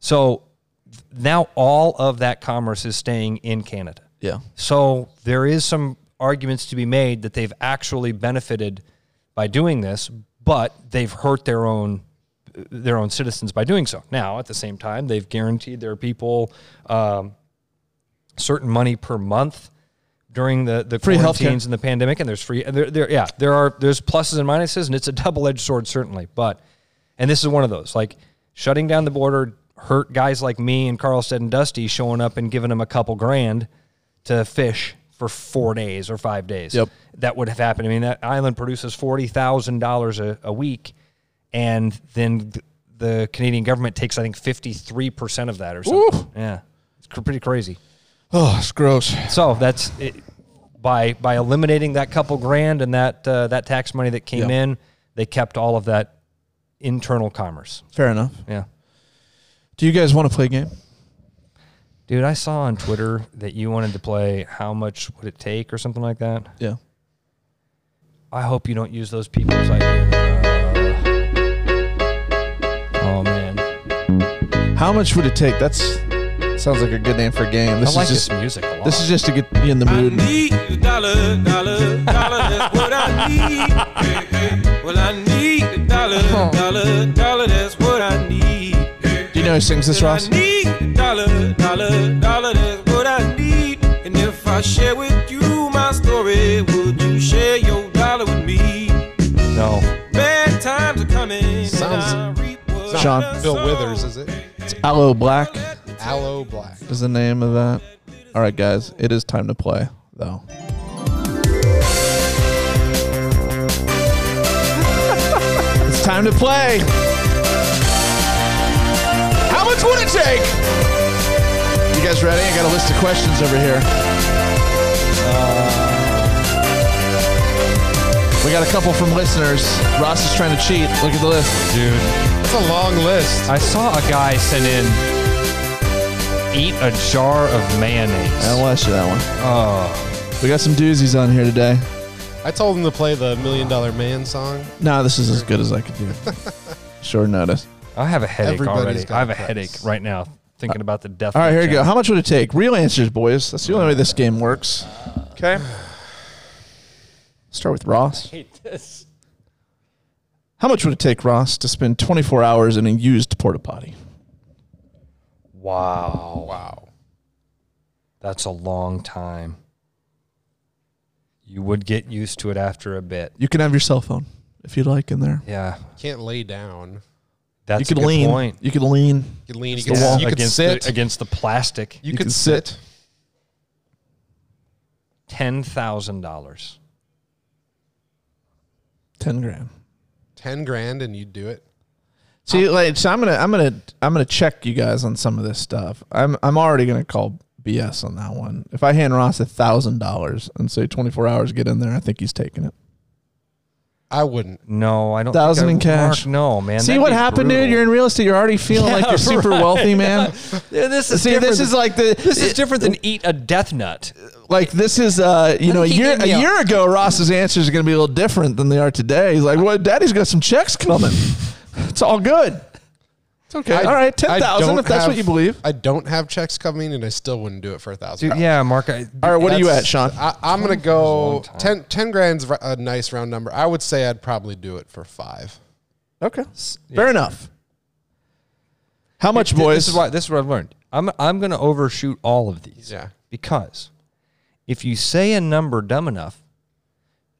So th- now all of that commerce is staying in Canada. Yeah. So there is some arguments to be made that they've actually benefited by doing this, but they've hurt their own their own citizens by doing so. Now, at the same time, they've guaranteed their people um, certain money per month during the the Free healthcare. quarantines and the pandemic, and there's free. and There, there, yeah, there are there's pluses and minuses, and it's a double edged sword certainly. But and this is one of those like shutting down the border hurt guys like me and Carlstead and Dusty showing up and giving them a couple grand to fish for four days or five days. Yep. that would have happened. I mean, that island produces forty thousand dollars a week, and then. th- the Canadian government takes, I think, fifty-three percent of that, or something. Yeah, it's cr- pretty crazy. Oh, it's gross. So that's it, by by eliminating that couple grand and that uh, that tax money that came Yeah. in, they kept all of that internal commerce. Fair enough. Yeah, Do you guys want to play a game? dude, I saw on Twitter that you wanted to play. How much would it take, or something like that? Yeah. I hope you don't use those people's Uh, idea. oh man, How much would it take? That's sounds like a good name for a game. This I like is just this music a lot. this is just to get you in the mood. need a dollar, dollar, dollar. That's what I need. Hey, hey. Well, I need a dollar, dollar, dollar. That's what I need. Hey, Do you know who sings this, I Ross? need a dollar, dollar, dollar. That's what I need. And if I share with you my story, would you share your dollar with me? no. Bad times are coming. Sounds- Sean. Bill Withers, is it? It's Aloe Black Aloe Black. is the name of that. All right, guys, it is time to play though. it's time to play. How much would it take? You guys ready? I got a list of questions over here. Uh, we got a couple from listeners. Ross is trying to cheat. Look at the list. It's a long list. I saw a guy send in eat a jar of mayonnaise. I want to see that one. Oh. We got some doozies on here today. I told him to play the Million Dollar Man song. No, this is as good as I could do. Short notice. I have a headache Everybody's already. got I have a a price. headache right now thinking about the death. All right, of here we go. Jack. How much would it take? Real answers, boys. That's the only way this game works. Okay. Start with Ross. How much would it take, Ross, to spend 24 hours in a used porta potty? Wow, Wow. that's a long time. You would get used to it after a bit. You can have your cell phone if you'd like in there. Yeah, Can't lay down. that's you a could good lean. point. You could lean. You could lean the against wall. You could against sit. the, against the plastic. you, You could could sit. Ten thousand dollars. 10 grand. 10 grand and you'd do it. See, like, so I'm gonna, I'm gonna, I'm gonna check you guys on some of this stuff. I'm, I'm already gonna call BS on that one. If I hand Ross a thousand dollars and say 24 hours get in there, I think he's taking it. I wouldn't. No, I don't. think Thousand I- in cash. Mark, no, man. See that'd what be happened, brutal. dude? You're in real estate. You're already feeling like you're super wealthy, man. Yeah, this is See, different this is than- like the this is different than eat a death nut. like this is uh you know a He year gave a me a- year ago Ross's answers are gonna be a little different than they are today. He's like, well, Daddy's got some checks coming. it's all good. It's okay. I- all right, ten I thousand don't if that's have- what you believe. I don't have checks coming and I still wouldn't do it for a thousand. Dude, yeah, Mark. I, All right, what are you That's- at, Sean? I, I'm gonna go 10, 10 grand's ri- a nice round number. I would say I'd probably do it for five. Okay. Fair enough. How much, boys? This is why. This is what I've learned. I'm I'm going to overshoot all of these. Yeah. Because if you say a number dumb enough,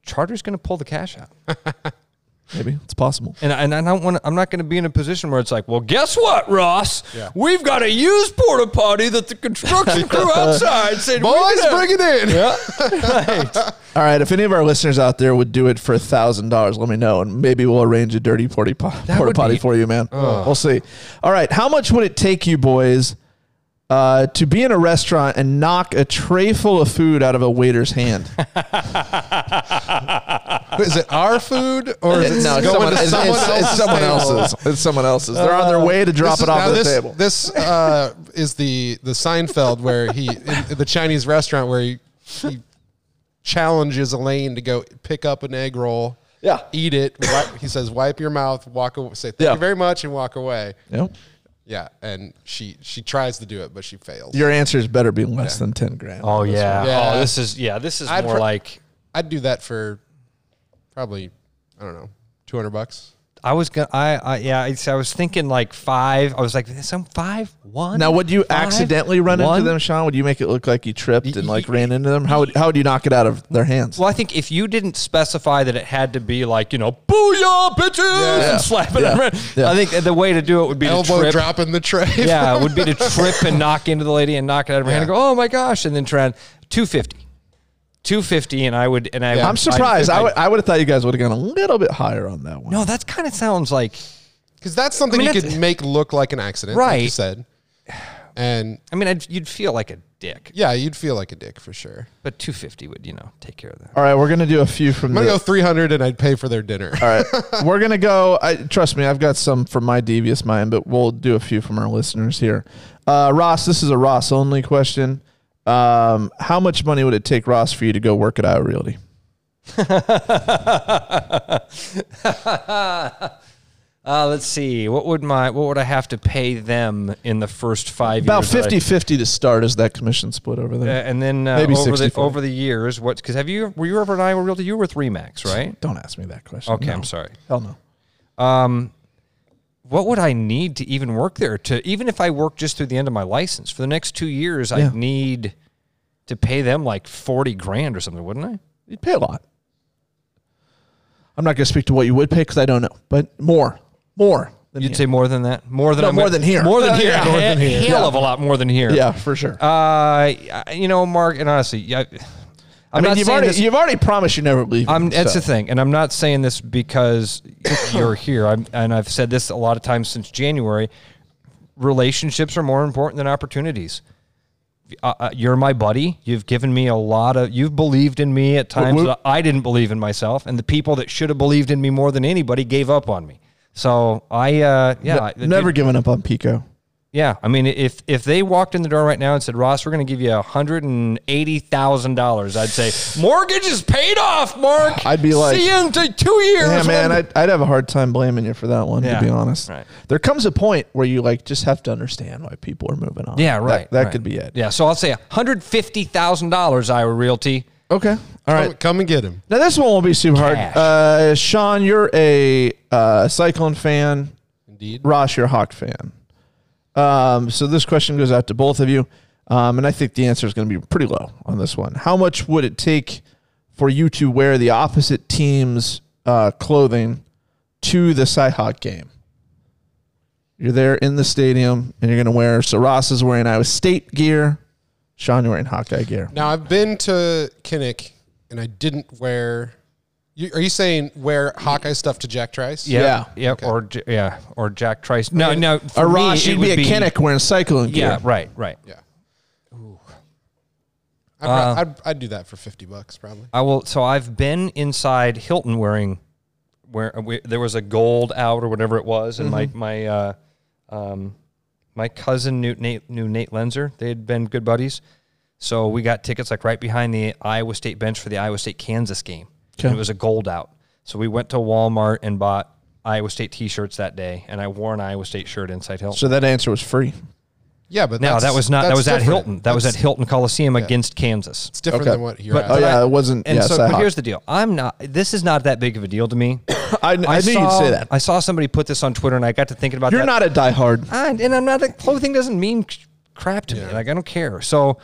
Charter's going to pull the cash out, Maybe it's possible. and I- and I don't want. I'm not going to be in a position where it's like, well, guess what, Ross? Yeah. We've got a used porta potty that the construction crew outside said. we're Boys, gonna- bring it in. All right. If any of our listeners out there would do it for thousand dollars, let me know, and maybe we'll arrange a dirty porta po- porta would potty be- for you, man. We'll see. All right. How much would it take you, boys, uh, to be in a restaurant and knock a tray full of food out of a waiter's hand? Is it our food or is it No, going it's someone- to it's- someone it's- else's? it's someone table? else's. It's someone else's. They're on their way to drop This it is- off now at the this, table. This uh, is the the Seinfeld where he in the Chinese restaurant where he, he challenges Elaine to go pick up an egg roll. Yeah. eat it. Wipe, he says, "Wipe your mouth, walk away, say thank Yeah. you very much, and walk away." Yep. Yeah, and she she tries to do it, but she fails. Your answers better be less than ten grand. Oh yeah. Yeah. Oh, this is yeah. This is I'd more pr- like I'd do that for probably I don't know two hundred bucks. I was gonna. I, I yeah. I, I was thinking like five. I was like, some five one. Now, would you five, accidentally run one?" into them, Sean? Would you make it look like you tripped and like y- ran into them? How would how would you knock it out of their hands? Well, I think if you didn't specify that it had to be like you know, booyah, bitches, Yeah. and slapping Yeah. them. around, Yeah. I think the way to do it would be to Elbow trip. dropping the tray. Yeah, it would be to trip and knock into the lady and knock it out of her hand and Yeah. go, oh my gosh, and then try and 250. 250 and I would and I would- I'm surprised. I, I would I would have thought you guys would have gone a little bit higher on that one. No, that kind of sounds like Because that's something I mean, you that's- could make look like an accident, Like you Right. said, and I mean I'd, you'd feel like a dick, yeah, you'd feel like a dick for sure. but 250 would, you know, take care of that. All right, we're gonna do a few from I'm gonna the. go 300, and I'd pay for their dinner. all right, we're gonna go. I, trust me, I've got some from my devious mind, but we'll do a few from our listeners here. Uh, Ross, this is a Ross only question. Um, how much money would it take Ross for you to go work at Iowa Realty? Uh, let's see. What would my what would I have to pay them in the first 5 About years? that I- 50-50 to start is that commission split over Uh, there. and then uh, Maybe over the 64. over the years, what? Because have you were you ever an Iowa Realty? You were with Remax, right? Don't ask me that question. Okay, No. I'm sorry. Hell no. Um, what would I need to even work there? To even if I work just through the end of my license for the next two years, Yeah. I'd need to pay them like forty grand or something, wouldn't I? You'd pay a lot. I'm not going to speak to what you would pay because I don't know, but more, more. Than You'd you. say more than that, more than No, I'm more gonna- than here. Uh, more than here, Yeah, more than a here. hell Yeah. of a lot more than here. yeah, for sure. Uh, you know, Mark, and honestly, I yeah, I'm mean, not you've saying already this- you've already promised you never leave. I'm, that's so. the thing, and I'm not saying this because you're here. I'm, and I've said this a lot of times since January. Relationships are more important than opportunities. Uh, uh, you're my buddy. You've given me a lot of. You've believed in me at times we- that I didn't believe in myself, and the people that should have believed in me more than anybody gave up on me. So I, uh, yeah, I- Ne- never giving up on Pico. yeah, I mean, if if they walked in the door right now and said, "Ross, we're going to give you hundred and eighty thousand dollars," I'd say, "Mortgage is paid off, Mark." I'd be like- "See you in t- two years." Yeah, man, when-" I'd, I'd have a hard time blaming you for that one. Yeah. To be honest, Right. there comes a point where you like just have to understand why people are moving on. yeah, That- right. That, right. could be it. Yeah, so I'll say hundred fifty thousand dollars, Iowa Realty. Okay. All right. Come, come and get him. Now this one won't be super Cash. hard. Uh, Sean, you're a uh, Cyclone fan. Indeed. Ross, you're a Hawk fan. Um, so this question goes out to both of you, um, and I think the answer is going to be pretty low on this one. How much would it take for you to wear the opposite team's uh, clothing to the Cyhawk game? You're there in the stadium, and you're going to wear. So Ross is wearing Iowa State gear. Sean, you're wearing Hawkeye gear. Now I've been to Kinnick, and I didn't wear. You, are you saying wear Hawkeye stuff to Jack Trice? Yeah. yeah, or J- yeah, or Jack Trice. No, no, for Or me, Ross, it you'd would be a Kinnick wearing Cyclone gear. Yeah, right, right. Yeah. I'd, prob- Uh, I'd, I'd do that for 50 bucks probably. I will. So I've been inside Hilton wearing where uh, we, there was a gold out or whatever it was, and Mm-hmm. my my uh, um, my cousin knew Nate knew Nate Lenzer. They had been good buddies, so we got tickets like right behind the Iowa State bench for the Iowa State Kansas game. And Okay. it was a gold out, so we went to Walmart and bought Iowa State T-shirts that day, and I wore an Iowa State shirt inside Hilton. So that answer was free. Yeah, but no, that's- that was not. That that's was at different. Hilton. That was at That's- Hilton Coliseum against Kansas. It's different Okay. than what you're But- Oh asking. but yeah, I- it wasn't. And yeah, so, Cyhawk. but here's the deal. I'm not. This is not that big of a deal to me. I, kn- I knew saw- you'd say that. I saw somebody put this on Twitter, and I got to thinking about You're that. not a diehard. I, and I'm not. The clothing doesn't mean c- crap to me. Like I don't care. So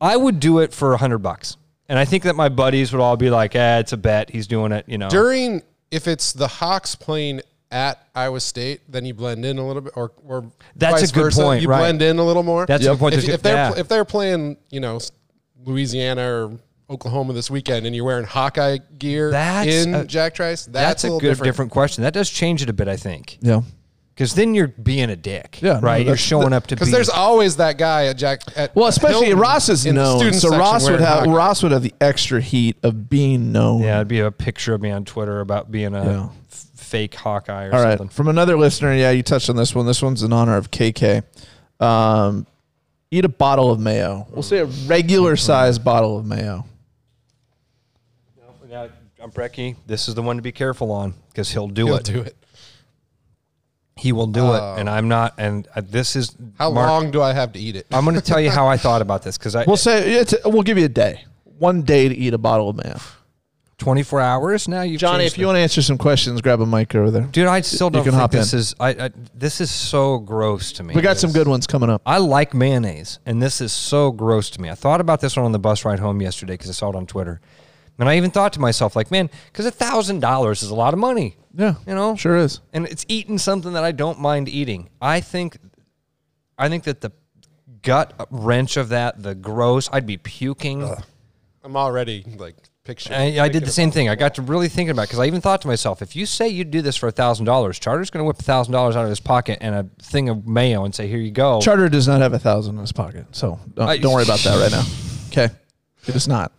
I would do it for a hundred bucks, and I think that my buddies would all be like, "Ah, it's a bet. He's doing it." You know. During, if it's the Hawks playing at Iowa State, then you blend in a little bit, or, or That's a vice good versa. point, You right. blend in a little more. That's a good point. If, There's- if they're yeah. if they're playing, you know, s- Louisiana or Oklahoma this weekend, and you're wearing Hawkeye gear That's in a- Jack Trice, that's, that's, a, a, little good different. different. question. That does change it a bit, I think, Yeah. because then you're being a dick, Yeah, no, right? you're that's- showing up to be. Because there's always that guy at Jack. At Well, especially Hilton Ross is in the known, student so section Ross would wearing have Hawkeye. Ross would have the extra heat of being known. yeah, it'd be a picture of me on Twitter about being a Yeah. f- fake Hawkeye or All right. something. From another listener, yeah, you touched on this one. This one's in honor of KK. Um, eat a bottle of mayo. We'll say a regular Mm-hmm. size bottle of mayo. Now, I'm Brecky. This is the one to be careful on because he'll do He'll it. do it. He will do it, Oh. and I'm not. And uh, this is How Mark, Um, long do I have to eat it? I'm going to tell you how I thought about this because I We'll say it's. We'll give you a day. One day to eat a bottle of mayo. 24 hours now. You've Johnny, if you want to answer some questions, grab a mic over there. dude, I still don't can think hop this in. is. I, I this is so gross to me. We got some good ones coming up. I like mayonnaise, and this is so gross to me. I thought about this one on the bus ride home yesterday because I saw it on Twitter, and I even thought to myself, like, man, because a thousand dollars is a lot of money. Yeah, you know, sure is. and it's eating something that I don't mind eating. I think, I think that the gut wrench of that, the gross, I'd be puking. I'm already like picturing. I, I did the same thing. I got to really thinking about because I even thought to myself, if you say you'd do this for a thousand dollars, Charter's going to whip a thousand dollars out of his pocket and a thing of mayo and say, "Here you go." Charter does not have a thousand in his pocket, so don't, I- don't worry about that right now. Okay, it does not.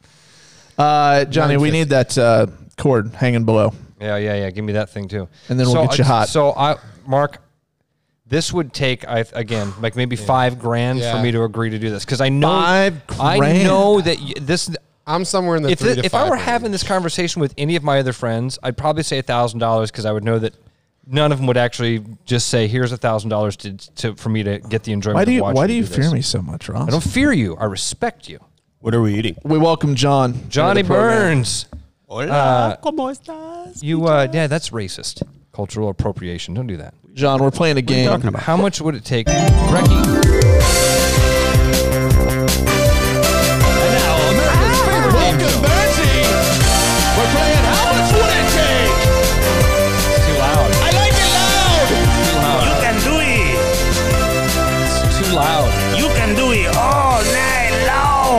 Uh, Johnny, we need that uh, cord hanging below. yeah, yeah, yeah. Give me that thing too, And then we'll get you I- hot. So I, Mark, this would take I again like maybe five grand for Yeah. me to agree to do this because I know Five I grand. know that y this. I'm somewhere in the if three thi- to if five I were range. having this conversation with any of my other friends, I'd probably say thousand dollars because I would know that none of them would actually just say, "Here's a thousand dollars to to for me to get the enjoyment." Why do of you watching Why do you do fear this." me so much, Ross? I don't fear you. I respect you, What are we eating? we welcome John. Johnny to the program. Burns. Uh, Hola, ¿cómo estás? You, uh, yeah, that's racist. Cultural appropriation. Don't do that. John, we're playing a game. talking about? How much would it take, Brecky? Ah, Welcome, Bertie. We're playing How Much Would It Take? Too I like it loud. loud. Too loud. It's too can do it. loud. You can do it all night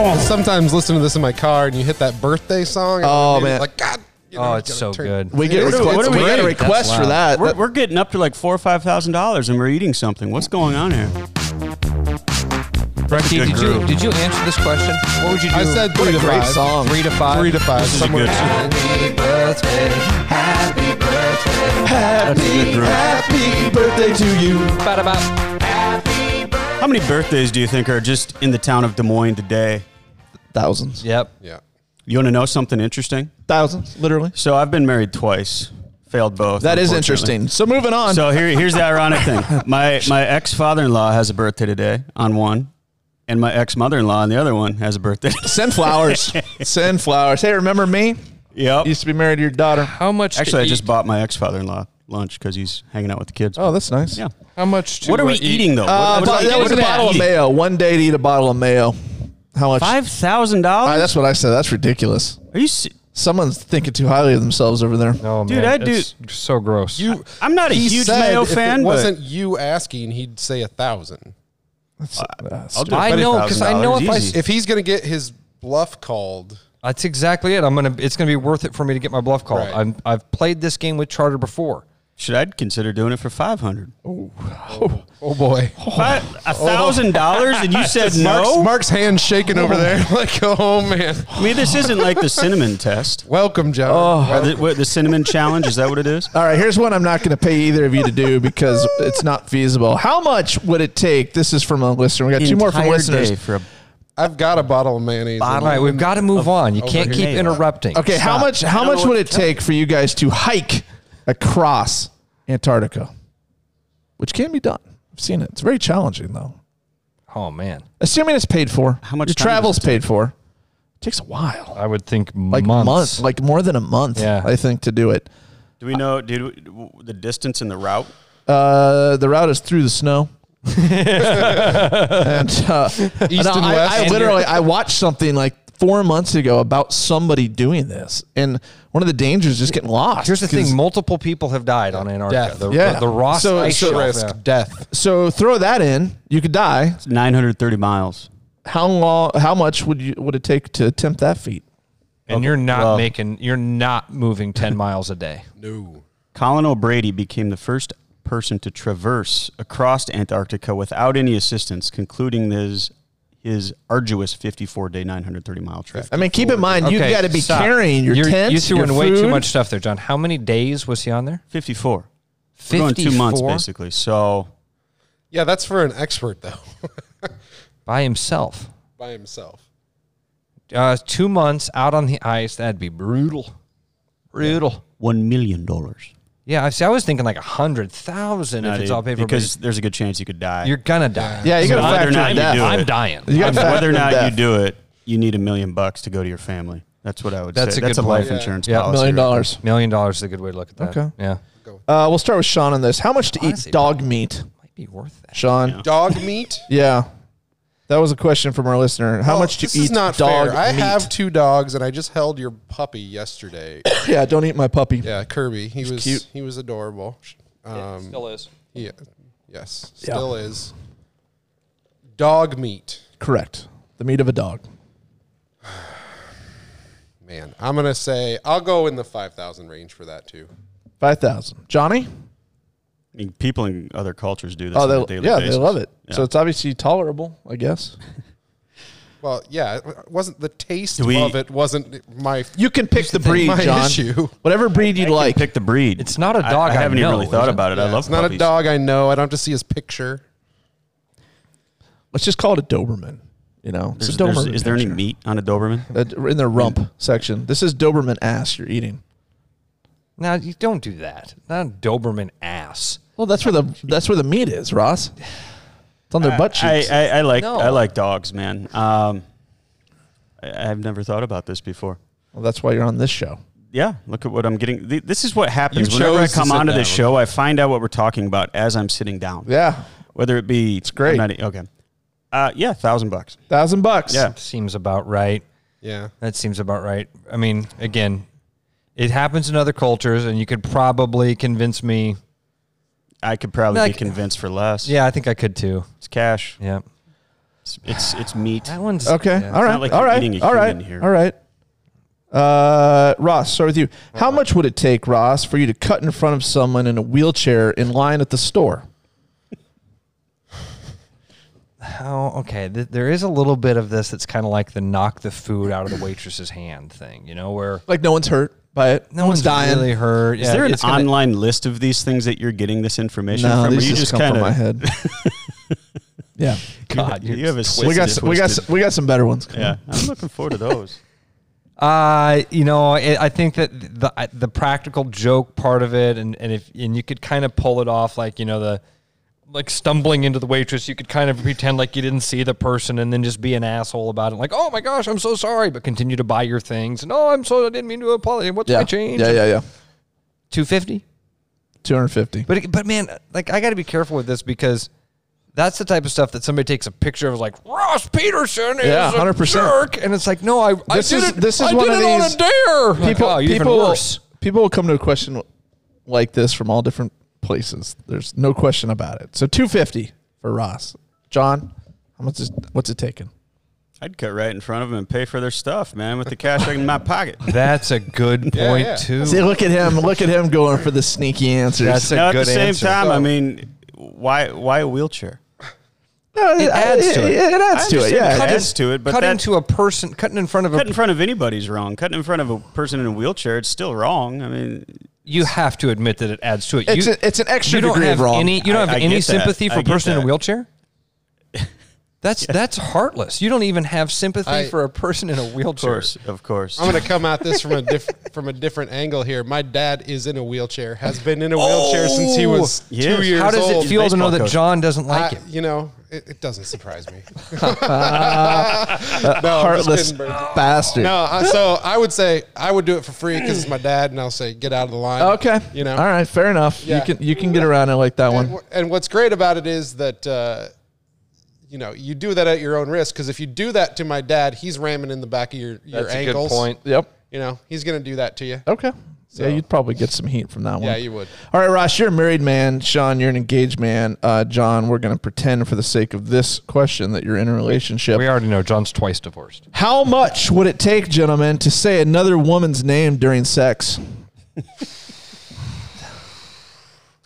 long. Sometimes listen to this in my car, and you hit that birthday song. and Oh, it's man. like God. you Oh, you it's gotta so good. We get What are we- requests. what are We we got a eating? request That's for that. We're, That- we're getting up to like four or five thousand dollars, and we're eating something. What's going on here? Brecky, did good you, groove. did you answer this question? What would you do? I said what three a to great five. song. three to five. Three to five. This is a somewhere. good. Happy birthday. Happy birthday. Happy, happy birthday to you. Ba-da-ba. How many birthdays do you think are just in the town of Des Moines today? Thousands. Yep. Yeah. You want to know something interesting? Thousands, literally. So I've been married twice, failed both. That is unfortunately. interesting. So moving on. So here, here's the ironic thing. My my ex father in law has a birthday today on one, and my ex mother in law on the other one has a birthday. Send flowers. Send flowers. Hey, remember me? yep. Used to be married to your daughter. How much? Actually, to I just eat? bought my ex father in law lunch because he's hanging out with the kids. Oh, that's nice. yeah. How much? To What are we eat? eating though? Uh, What- what are we that was a eating? bottle of Eating. mayo. One day to eat a bottle of mayo. How much? Five thousand Ah, dollars? that's what I said. That's ridiculous. Are you? se- Someone's thinking too highly of themselves over there. Oh, Dude, man, I do- it's so gross. You. I'm not a he huge said mayo if fan, It but wasn't you asking? He'd say a thousand. That's, that's Uh, I'll do it. I know, 'cause I know if I- $20,000 easy. If he's gonna get his bluff called, That's exactly it. I'm gonna. It's gonna be worth it for me to get my bluff called. Right. I'm, I've played this game with Charter before. should I consider doing it for five hundred? oh boy, A Oh. thousand dollars, and you said no. Mark's, Mark's hand shaking over there, like oh man. I mean, this isn't like the cinnamon test. Welcome, John. Oh. Or the, what, the cinnamon challenge is that what it is? All right, here's one I'm not going to pay either of you to do because it's not feasible. How much would it take? This is from a listener. We got two more from Entire listeners. day for a I've got a bottle of mayonnaise. All right, we've got to move on. You can't keep here. interrupting. Okay, how much how much would it take for you guys to hike across Antarctica? Which can be done. I've seen it. It's very challenging though. Oh man, Assuming it's paid for. How much your time does travel's it take? paid for. It takes a while. I would think Like months. months, like more than a month, Yeah. I think to do it. Do we know, dude, w- the distance and the route? Uh, the route is through the snow. and uh, and no, I- west. I, literally I watched something like four months ago about somebody doing this, and one of the dangers is just getting lost. Here's the 'cause- thing: multiple people have died on Antarctica. Death. The, Yeah. the, the Ross So- ice so shelf. risk death. So throw that in, you could die. It's 930 miles. How long? How much would you would it take to attempt that feat? and you're not Well- making. You're not moving ten miles a day. No. Colin O'Brady became the first person to traverse across Antarctica without any assistance, concluding his, his arduous 54 day, 930 mile trip. I mean, keep in mind you Okay, got to be stop. carrying your You're- tent, You threw your in way too food. much stuff there, John. How many days was he on there? 54. We're going two months, 54? basically. So Yeah, that's for an expert though, by himself. by himself. Uh, two months out on the ice. That'd be brutal. Brutal. $1 million. dollars. Yeah, I see. I was thinking like a hundred thousand if it's all paper. because there's a good chance you could die. you're gonna die. Yeah, you got to Whether factor or not in you that. do it. I'm dying. You got to whether factor or in not that. you do it, you need a million bucks to go to your family. That's what I would That's say. a That's good a point. life Yeah. insurance Yeah. policy. Million right? dollars. Million dollars is a good way to look at that. Okay. Yeah. Uh, we'll start with Sean on this. How much to eat dog meat? Might be worth that. Sean. Dog meat? Yeah. That was a question from our listener. How Well, much to this eat is not dog fair. I meat? have two dogs, and I just held your puppy yesterday. yeah, don't eat my puppy. yeah, Kirby. He was cute. he was adorable. Um, still is. Yeah. Yes. Yeah. Still is. Dog meat. Correct. The meat of a dog. Man, I'm gonna say I'll go in the five thousand range for that too. 5,000. Johnny? I mean, people in other cultures do this. Oh, on a they, daily yeah, basis. they love it. Yeah. So it's obviously tolerable, I guess. Well, yeah, it wasn't the taste Do we- of it wasn't my You can pick the thing, breed, my John. issue. Whatever breed you like. pick the breed. It's not a I- dog I, I haven't even know, really thought is it? about it. I Yeah, love it's not puppies. a dog I know. I don't have to see his picture. Let's just call it a Doberman. You know, it's a There's- there's- Doberman is there any picture. meat on a Doberman? That- in their rump section. This is Doberman ass you're eating. Now you don't do that. Not a Doberman ass. Well, that's where the that's where the meat is, Ross. It's on their butt I, cheeks. I, I like No. I like dogs, man. Um, I, I've never thought about this before. well, that's why you're on this show. Yeah, look at what I'm getting. Th- This is what happens You whenever I chose to come sit onto this down. show. I find out what we're talking about as I'm sitting down. Yeah, whether it be it's great. okay, uh, yeah, thousand bucks. thousand bucks. Yeah. Seems about right. Yeah. That seems about right. I mean, again, it happens in other cultures, and you could probably convince me. I could probably Like- be convinced for less. Yeah, I think I could too. it's cash. Yeah, It's it's, it's meat. that one's Okay. yeah. all right. not like all you're right. eating a all right. human here. All right. Uh, Ross, start with you. How much would it take, Ross, for you to cut in front of someone in a wheelchair in line at the store? Oh, okay. Th- there is a little bit of this that's kind of like the knock the food out of the waitress's hand thing. You know, where Like no one's hurt by it. no one's dying. really hurt. Is there an it's gonna- online list of these things that you're getting this information no, from? or these you just, come kinda- from my head. yeah, God, you have a we got twisted- some, we got twisted- some, we got some better ones. coming. Yeah, I'm looking forward to those. Uh, you know, i I think that the I- the practical joke part of it, and, and if and you could kind of pull it off, like you know the like stumbling into the waitress, you could kind of pretend like you didn't see the person, and then just be an asshole about it, like oh my gosh, I'm so sorry, but continue to buy your things. And oh, I'm so I didn't mean to apologize. What's my yeah, change? yeah, yeah, yeah. Two fifty. Two hundred fifty. But it- but man, like I got to be careful with this because that's the type of stuff that somebody takes a picture of, like Ross Peterson is Yeah, a 100%. jerk, and it's like, no, I I This did is- it. this is I one did of it on these- a dare. Like, people oh, you're even people will, worse. people will come to a question like this from all different places. There's no question about it. So 250 for Ross. John, how much is what's it taking? I'd cut right in front of them and pay for their stuff, man, with the cash in my pocket. That's a good point Yeah, yeah. too. See, look at him. Look at him going for the sneaky answers. That's a now, at good the same answer. time, I mean, why why a wheelchair? No, it, adds to it. It, adds to it. understand Yeah. it It adds to it, but cutting that- to a person, cutting in front of a, Cutting in front of anybody's wrong. Cutting in front of a person in a wheelchair, it's still wrong. I mean, you have to admit that it adds to it. It's you, a- it's an extra you don't degree of have wrong. Any, you don't I- have I any get that. sympathy for I a get person in a that. wheelchair. That's that's heartless. You don't even have sympathy I- for a person in a of wheelchair. course, of course. I'm gonna come at this from a diff- from a different angle here. My dad is in a wheelchair. Has been in a wheelchair since he was Oh! Yes. two years How does old. it feel to know Baseball that coach. John doesn't like I- him? you know, it, it doesn't surprise me. Heartless kidding, Bert. bastard. No, I, so I would say I would do it for free because it's my dad, and I'll say get out of the line. Okay. you know. All right. Fair enough. Yeah. You can you can get around it like that And, one. wh- and what's great about it is that uh, you know you do that at your own risk because if you do that to my dad, he's ramming in the back of your your That's a good ankles. point. Yep. You know, he's gonna do that to you. Okay. So- yeah, you'd probably get some heat from that one. Yeah, you would. All right, Ross, you're a married man. Sean, you're an engaged man. Uh, John, we're going to pretend for the sake of this question that you're in a relationship. We already know John's twice divorced. How much would it take, gentlemen, to say another woman's name during sex?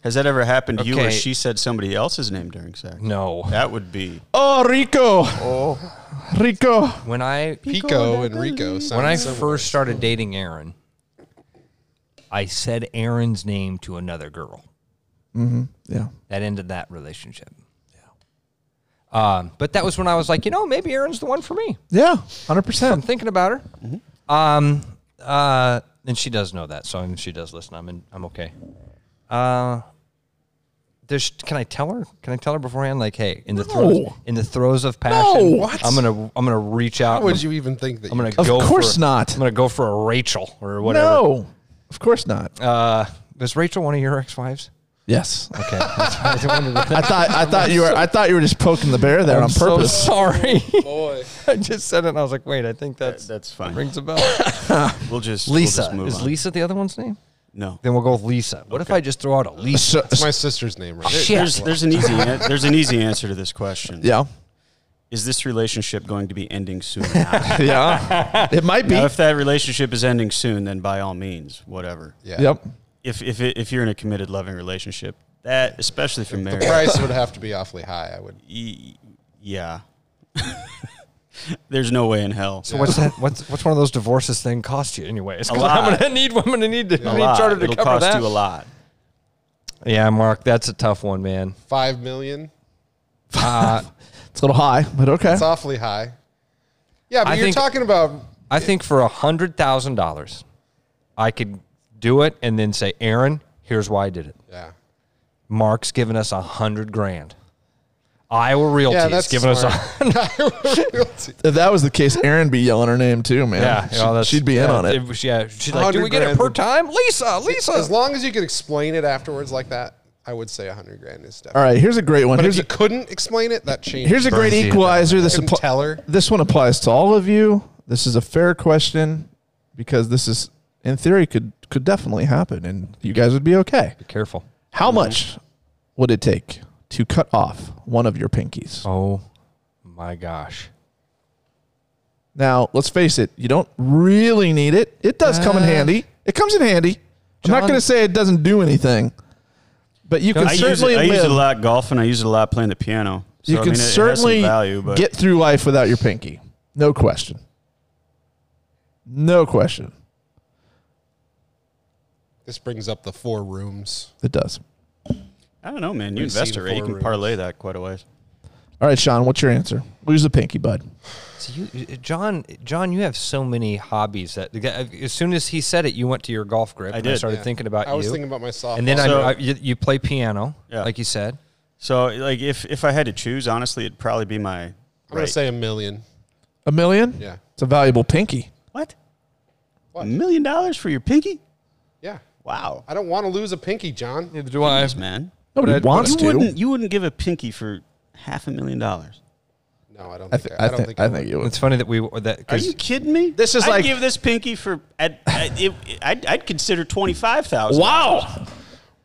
Has that ever happened to you where Okay. she said somebody else's name during sex? No. That would be. Oh, Rico. Oh. Rico. When I Pico and Rico. when I sound similar. first started dating Aaron, I said Aaron's name to another girl. Yeah. That ended that relationship. Yeah. Um, but that was when I was like, you know, maybe Erin's the one for me. Yeah, I'm 100%. thinking about her. Mm-hmm. Um, uh, and she does know that, so I mean, she does listen. I'm in, I'm okay. Uh, There's, can I tell her? Can I tell her beforehand? Like, hey, in the No. throes, in the throes of passion, No, what? I'm gonna, I'm gonna reach out. How would and- you even think that I'm you gonna could? go. Of course for, not. I'm gonna go for a Rachel or whatever. No, of course not. Uh, was Rachel one of your ex-wives? Yes. Okay. That's why I wondered. I thought I thought you were I thought you were just poking the bear there I'm on so purpose. sorry. Oh, boy, I just said it. and I was like, wait, I think that's that's fine. Rings a bell. We'll just we'll Lisa. just move Is on. Lisa the other one's name? No. Then we'll go with Lisa. What if I just throw out a Lisa? That's my sister's name, right? Shit. There's, there's an easy an- there's an easy answer to this question. Yeah. Is this relationship going to be ending soon? yeah, it might be. Now, if that relationship is ending soon, then by all means, whatever. Yeah. Yep. If if it, if you're in a committed loving relationship, that especially if you're The married, price would have to be awfully high. I would. y- yeah. there's no way in hell. So what's that? What's what's one of those divorces thing cost you anyways? A 'Cause I'm lot. gonna need women to need to A need lot. charter to It'll cover cost that. you a lot. Yeah, Mark, that's a tough one, man. Five million. Uh, it's a little high, but okay. It's awfully high. Yeah, but I you're think- talking about I think for a hundred thousand dollars, I could do it and then say, Aaron, here's why I did it. yeah. Mark's giving us a hundred grand. Iowa Realty Yeah, is that's giving us a smart. If that was the case, Aaron be yelling her name too, man. yeah. She- well, that's- she'd be in yeah, on it. was- yeah, she's like, do we get it 100 grand per would- time, Lisa? Lisa, As long as you could explain it afterwards like that, I would say a hundred grand is definitely. All right, here's a great one. But Here's a, if you couldn't explain it, that changes. here's a great Burns you. equalizer. This Couldn't appli- tell her. this one applies to all of you. This is a fair question because this is in theory could could definitely happen, and you guys would be okay. be careful. How much would it take to cut off one of your pinkies? Oh my gosh. Now, let's face it, you don't really need it. It does come in Uh, handy. It comes in handy. I'm not John- going to say it doesn't do anything, but you can I use, certainly it, I use it a live. lot golfing. I use it a lot playing the piano. So, You I can mean, it- it has some certainly value, but get through life without your pinky. No question. No question. This brings up the four rooms. It does. I don't know, man. You We've invest seen it, right? You four can rooms. parlay that quite a ways. All right, Sean, what's your answer? Lose the pinky, bud. So you, you- John, John, you have so many hobbies that uh, as soon as he said it, you went to your golf grip. I and I did. started Yeah. thinking about I was you. thinking about myself. and then So- I, I you, you play piano, Yeah. like you said. So, like, if if I had to choose, honestly, it'd probably be my. I'm gonna say a million. A million? Yeah. It's a valuable pinky. What? What? A million dollars for your pinky? Yeah. Wow. I don't want to lose a pinky, John. Neither do I. Jeez, man. Nobody wants you to. wouldn't you wouldn't give a pinky for half a million dollars. No, I don't I, think. th- I, I, don't think, think. I would. think you would. It's funny that we that Are 'cause you kidding me? This is I'd like- give this pinky for I'd I'd, it, I'd, I'd consider twenty five thousand. Wow.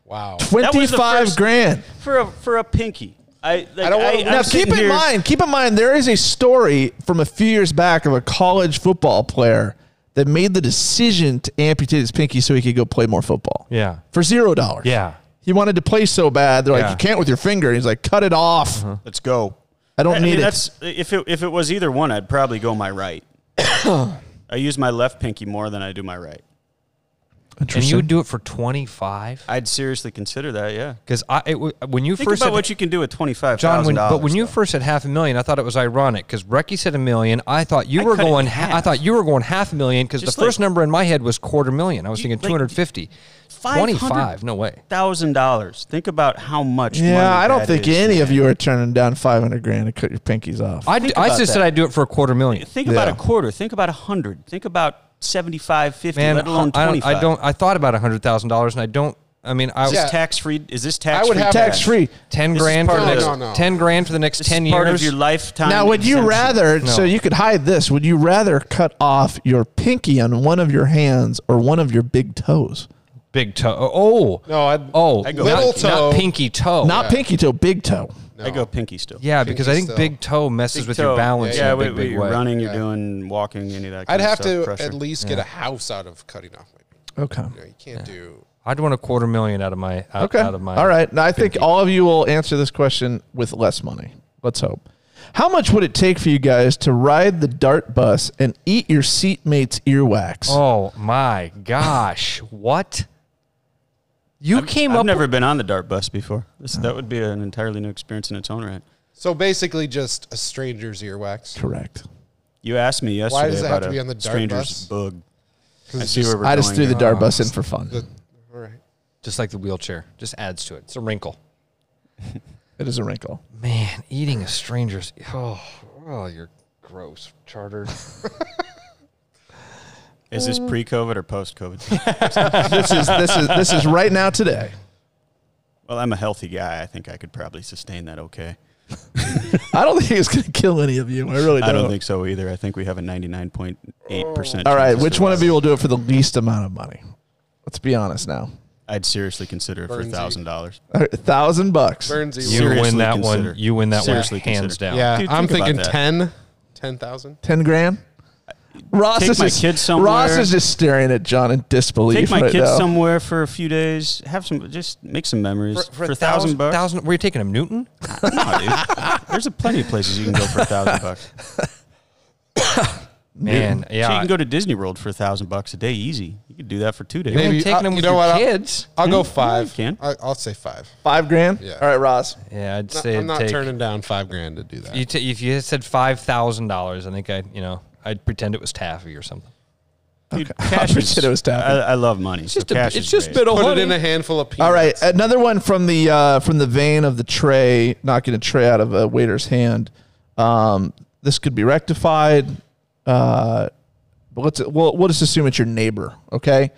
Wow. 25 first- grand. for a for a pinky. I like, don't wanna- I'm Now sitting keep in here- mind, keep in mind, there is a story from a few years back of a college football player that made the decision to amputate his pinky so he could go play more football. Yeah. for zero dollars. Yeah. he wanted to play so bad. They're Yeah. Uh-huh. like, you can't with your finger. He's like, cut it off. Let's go. I don't I need mean, it. that's if it if it was either one, I'd probably go my right. I use my left pinky more than I do my right. and Interesting. you would do it for twenty five? I'd seriously consider that. Yeah. Because I it, w- when you Think first about said, what you can do with twenty five John, thousand when, dollars. but when you first said half a million, I thought it was ironic because Recky said a million. I thought you I were cut it in going. Ha- I half. thought you were going half a million because the Just first like- number in my head was quarter million. I was You- thinking like, two hundred fifty. Twenty five? No way. Thousand dollars. Think about how much. money yeah, I don't that think is, any of man. you are turning down five hundred grand to cut your pinkies off. I, d- I about just said that. I'd do it for a quarter million. Think about Yeah. a quarter. Think about a hundred. Think about 75, 50, Man, let alone I, I twenty don't, five. I don't. I thought about hundred thousand dollars, and I don't. I mean, I Is was this Yeah. tax free? Is this I tax would free? have Tax free. ten This is grand for the part next of the- No, no. ten grand for the next This ten is part years. of your lifetime. Now, would you exemption. rather? No. So you could hide this. Would you rather cut off your pinky on one of your hands or one of your big toes? Big toe. Oh, No, I'd- oh, I'd go not- little not, toe. pinky toe. Not pinky toe, big toe. I go pinky still. yeah, because I pinky think still. big toe messes Big with toe. your balance. Yeah, in a wait, big, wait, big you're way. running, you're Yeah. doing walking, any of that. I'd kind of have stuff, to pressure. at least get a house out of cutting off my pinky. Okay. You, know, you can't do. I'd want a quarter million out of my out, Okay. out of my. all right. Now, I think all of you will answer this question with less money. Let's hope. How much would it take for you guys to ride the dart bus and eat your seatmate's earwax? Oh my gosh, what? You came I've up. never been on the dart bus before. This, That would be an entirely new experience in its own right. So basically, just a stranger's earwax. Correct. You asked me yesterday does it have about to a be on the dart stranger's bus? bug. I it's see where just- we're I just going uh, threw the here. dart bus in for fun. All right. just like the wheelchair, just adds to it. It's a wrinkle. It is a wrinkle. Man, eating a stranger's. Oh, oh you're gross. Chartered. Is this pre-COVID or post-COVID? this is this is this is right now today. Well, I'm a healthy guy. I think I could probably sustain that okay. I don't think it's going to kill any of you. I really I don't. uh, don't think so either. I think we have a 99.8%. All right, chance which to- one of you will do it for the least amount of money? Let's be honest now. I'd seriously consider it for Burns you. $1,000. All right, A thousand bucks. Burns You Seriously win that one. consider. You win that Seriously one hands consider. down. Yeah, Dude, I'm think about thinking that. 10, 10,000. Ten grand. Ross Take is my just, kids somewhere. Ross is just staring at John in disbelief. Take my right kids now. somewhere for a few days. Have some, just make some memories. For a thousand bucks? Thousand. Were you taking him Newton? No, dude. There's a plenty of places you can go for a thousand bucks. Man, yeah. So you can go to Disney World for a thousand bucks a day, easy. You could do that for two days. Maybe- Maybe. ain't taking uh, them with your I'll- kids. I'll, go Hmm, five. you can. I, I'll say five. Five grand. Yeah. All right, Ross. yeah, I'd No, say I'm it'd not take- turning down five grand to do that. You ta if you had said five thousand dollars, I think I, would you know, I'd pretend it was taffy or something. Dude, I cash is, appreciate it was I, tapping. I love money. so cash is great. bit Put it in a handful of peanuts. All right, another one from the uh, from the vein of the tray, knocking a tray out of a waiter's hand. Um, this could be rectified, uh, but let's we'll, we'll just assume it's your neighbor. Okay,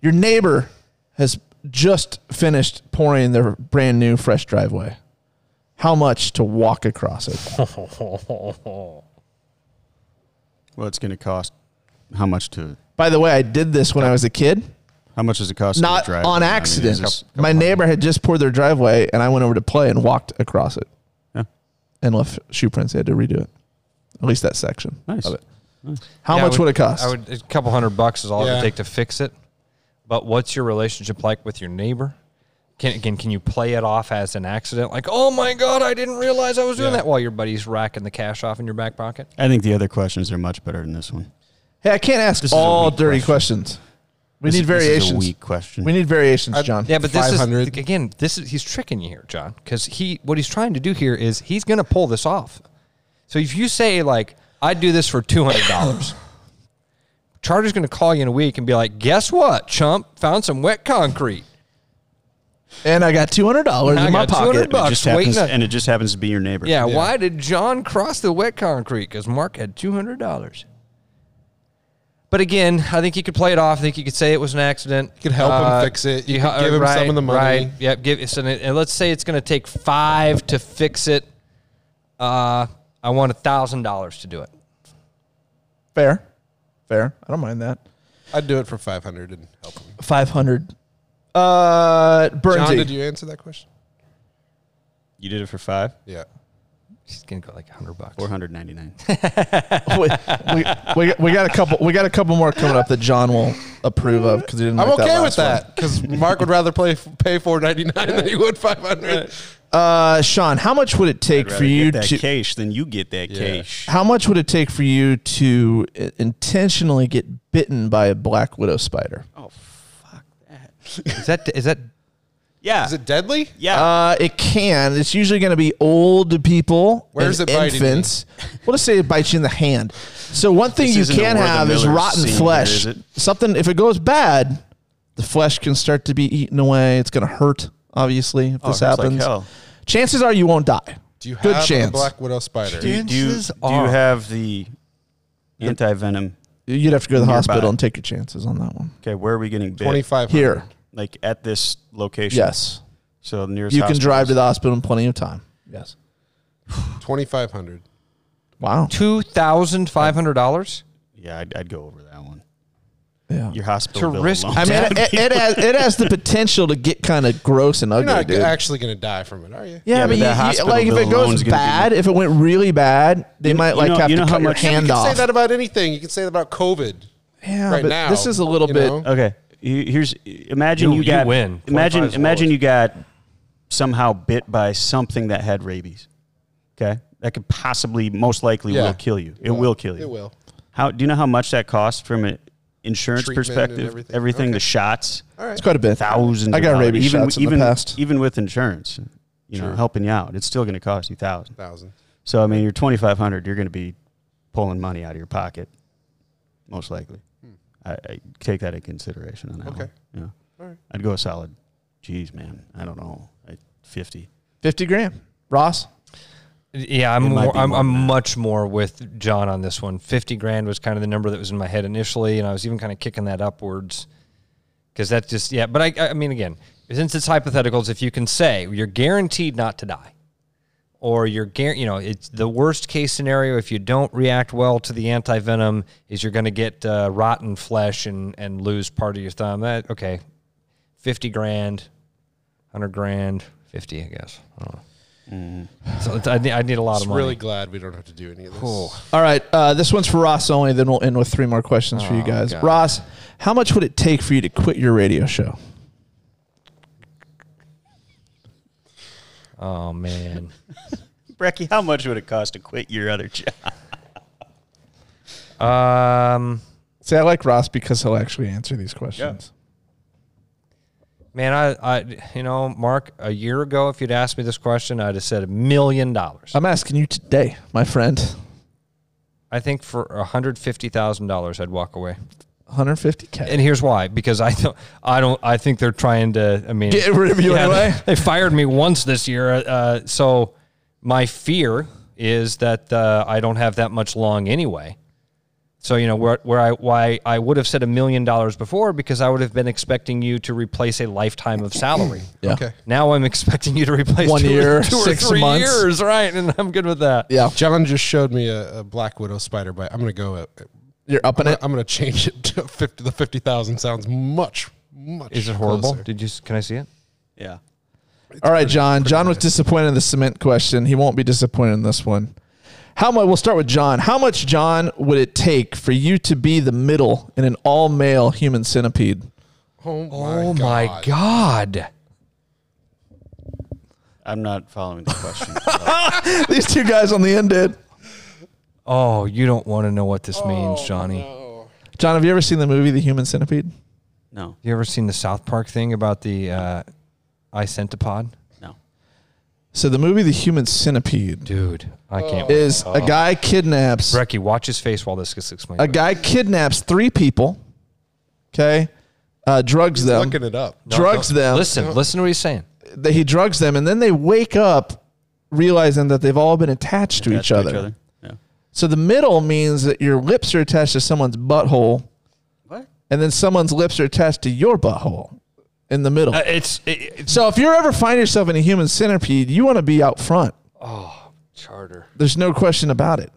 your neighbor has just finished pouring their brand new fresh driveway. How much to walk across it? Well, it's going to cost how much to By the way, I did this when I was a kid, how much does it cost? to not drive? I on mean, accident. it's just- My neighbor had just poured their driveway, and I went over to play and walked across it. Yeah. and left shoe prints. They had to redo it. At least that section. Nice. Of it. How Yeah, I much would, it cost? I would a couple hundred bucks is all it Yeah. would take to fix it. But what's your relationship like with your neighbor? Can can can you play it off as an accident? Like, oh my god, I didn't realize I was doing Yeah. that while your buddy's racking the cash off in your back pocket. I think the other questions are much better than this one. hey, I can't ask is a all weak dirty question. questions. We This- need this is variations. a weak question. We need variations, John. Yeah, but this is 500. again, this is he's tricking you here, John, because he what he's trying to do here is he's going to pull this off. So if you say like I'd do this for two hundred dollars, Charter's going to call you in a week and be like, guess what, chump, found some wet concrete. And I got two hundred dollars I in my got 200 pocket. It bucks. just wait, happens, no. and it just happens to be your neighbor. Yeah, why did John cross the wet concrete? Because Mark had two hundred dollars. But again, I think he could play it off. I think he could say it was an accident. You could help him fix it. You could give him some of the money. Right. Yep. Give so, then- and let's say it's going to take five to fix it. Uh, I want thousand dollars to do it. Fair. Fair. I don't mind that. I'd do it for 500 and help him. Five hundred. Uh John, did Bernsey. you answer that question? You did it for five. Yeah. She's going to go like hundred bucks. Four hundred ninety-nine. we, we, we got a couple we got a couple more coming up that John will approve of because he didn't I'm like okay that with last one. that because Mark would rather play, pay 499 than he would 500. Uh Sean, how much would it take for you get that to cash, then you get that Yeah. cash. How much would it take for you to i- intentionally get bitten by a black widow spider? Is that is that Yeah, Is it deadly? yeah. Uh, it can. It's usually going to be old people. Where's and it biting me? infants. We'll just say it bites you in the hand. So one thing This you isn't a can Werther have is Miller rotten scene here, flesh. is it? Something if it goes bad, the flesh can start to be eaten away. It's going to hurt. Obviously, if this Oh, it hurts like happens, hell. chances are you won't die. Do you Good have chance. a Black Widow spider? do, you- do you, chances do are- you have the anti venom? You'd have to go to the Nearby. hospital and take your chances on that one. Okay, where are we getting bit? 25 Here, Like at this location. yes, So the nearest. you can drive to hospital the hospital in plenty of time. Yes. 2500 Wow. two thousand five hundred dollars? is- Yeah, I'd, I'd go over that one. Yeah. Your hospital To bill risk- alone. I mean, it, it, it has, it has the potential to get kind of gross and You're ugly, not dude. actually going to die from it, are you? yeah, Yeah, but, but that you, you, hospital like if bill it goes alone's gonna be- bad, if it went really bad, they might you like know- have you know to how cut your much- Yeah, we hand You can say off. that about anything. You can say that about COVID. yeah, right but now, this is a little you bit. know? Okay. he- Here's imagine You- you, you got win. Imagine 25 imagine swallows. you got somehow bit by something that had rabies. Okay, that could possibly, most likely, Yeah. will kill you. It will kill you. It will. How do you know how much that costs from an insurance Treatment and perspective? everything. Everything, the shots, It's quite a bit. thousands. I of got dollars. rabies even, shots in the even, e- past. Even with insurance, you know, helping you out, it's still going to cost you thousands. Thousand. So I mean, you're 2,500. You're going to be pulling money out of your pocket, most likely. Hmm. I, I take that into consideration on that. Okay. One. Yeah. All right. I'd go a solid. Geez, man. I don't know. I, Fifty. 50 grand. Ross? Yeah, I'm It might more, be I'm, more I'm much more with John on this one. Fifty grand was kind of the number that was in my head initially, and I was even kind of kicking that upwards because that's just yeah. But I I mean again, since it's hypotheticals, if you can say you're guaranteed not to die, or you're guar you know it's the worst case scenario if you don't react well to the anti venom is you're going to get uh, rotten flesh and and lose part of your thumb. That okay, fifty grand, hundred grand, fifty I guess. I don't know. So it's, I, need, I need a lot Just of money. really glad we don't have to do any of this. All right. Uh, this one's for Ross only. Then we'll end with three more questions for you Oh, guys. God. Ross, how much would it take for you to quit your radio show? Oh man. Brecky, how much would it cost to quit your other job? Um, See, I like Ross because he'll actually answer these questions. Man, I, I, you know, Mark, a year ago, if you'd asked me this question, I'd have said a million dollars. I'm asking you today, my friend. I think for hundred fifty thousand dollars, I'd walk away. 150k. And here's why: because I don't, I don't, I think they're trying to. I mean, Get rid of you anyway? They, they fired me once this year, uh, so my fear is that uh, I don't have that much long anyway. So you know where where I why I would have said a million dollars before because I would have been expecting you to replace a lifetime of salary. Yeah. Okay. Now I'm expecting you to replace One two or- year, two or six three months. years, right? And I'm good with that. Yeah. John just showed me a, a black widow spider bite. I'm gonna go. At, You're up I'm gonna, I'm gonna change it to fifty. The fifty thousand sounds much much. Is it horrible? closer. Did you? s- Can I see it? Yeah. All right, John. John was disappointed in the cement question. He won't be disappointed in this one. How much? We'll start with John. How much, John, would it take for you to be the middle in an all-male human centipede? Oh my, Oh my God. I'm not following the question. These two guys on the end did. Oh, you don't want to know what this Oh, means, Johnny. John, have you ever seen the movie The Human Centipede? No. You ever seen the South Park thing about the uh, I centipod? So the movie The Human Centipede, dude, I can't. Oh. is wait. a guy kidnaps Brecky, watch his face while this gets explained. a guy kidnaps three people. Okay, uh, drugs He's them. looking it up. No, drugs don't- them. Listen, listen to what he's saying. that he drugs them, and then they wake up realizing that they've all been attached, to, each to each other. other, yeah. So the middle means that your lips are attached to someone's butthole, What? and then someone's lips are attached to your butthole in the middle. Uh, it's it, it- so if you ever find yourself in a human centipede, you want to be out front. charter. There's no question about it.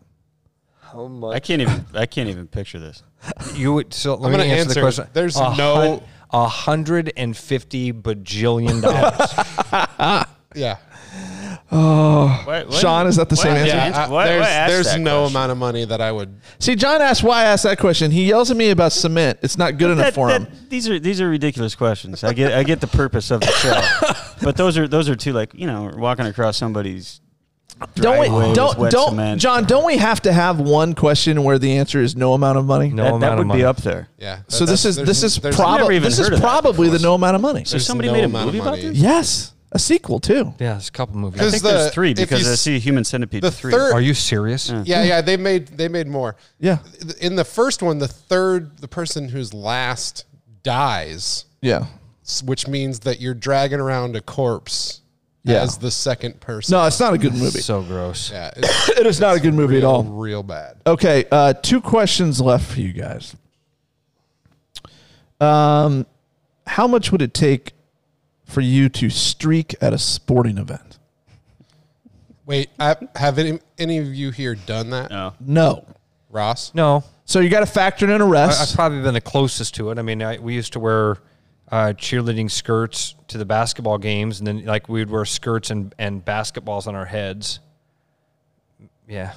How much? I can't even. I can't even picture this. You would. So let I'm me gonna answer, the answer. question. There's A hun- no- a hundred and fifty bajillion dollars. Yeah. Why, why- Sean, is that the why same I- answer? yeah, I- why- why there's ask there's that no question? amount of money that I would. See, John asked why I asked that question. He yells at me about cement. It's not good enough That- for him. that- these are these are ridiculous questions. I get I get the purpose of the show, but those are those are two like you know walking across somebody's. Don't we? driveway with Don't wet don't cement. John. Don't we have to have one question where the answer is no amount of money? No That, amount that of would money. be up there. Yeah. that- So this that's- is there's- this is there's- never probably even this is heard of that probably the no amount of money. So There's somebody no made a amount of movie about money. this. Yes, a sequel too. Yeah, there's a couple movies. I Because think the- there's three if you because I s- see Human Centipede the three. third- Are you serious? Yeah, yeah. They made they made more. Yeah, In the first one, the third, the person who's last dies, yeah, s- which means that you're dragging around a corpse yeah. as the second person. no, it's not a good movie. So gross. Yeah, it's it is not a good movie at real, all. real bad. Okay, uh, two questions left for you guys. Um, how much would it take for you to streak at a sporting event? Wait, I, have any any of you here done that, No. No. Ross? No, So you got to factor in a I, I've rest. probably been the closest to it. I mean, I, we used to wear uh, cheerleading skirts to the basketball games, and then like we would wear skirts and, and basketballs on our heads. Yeah,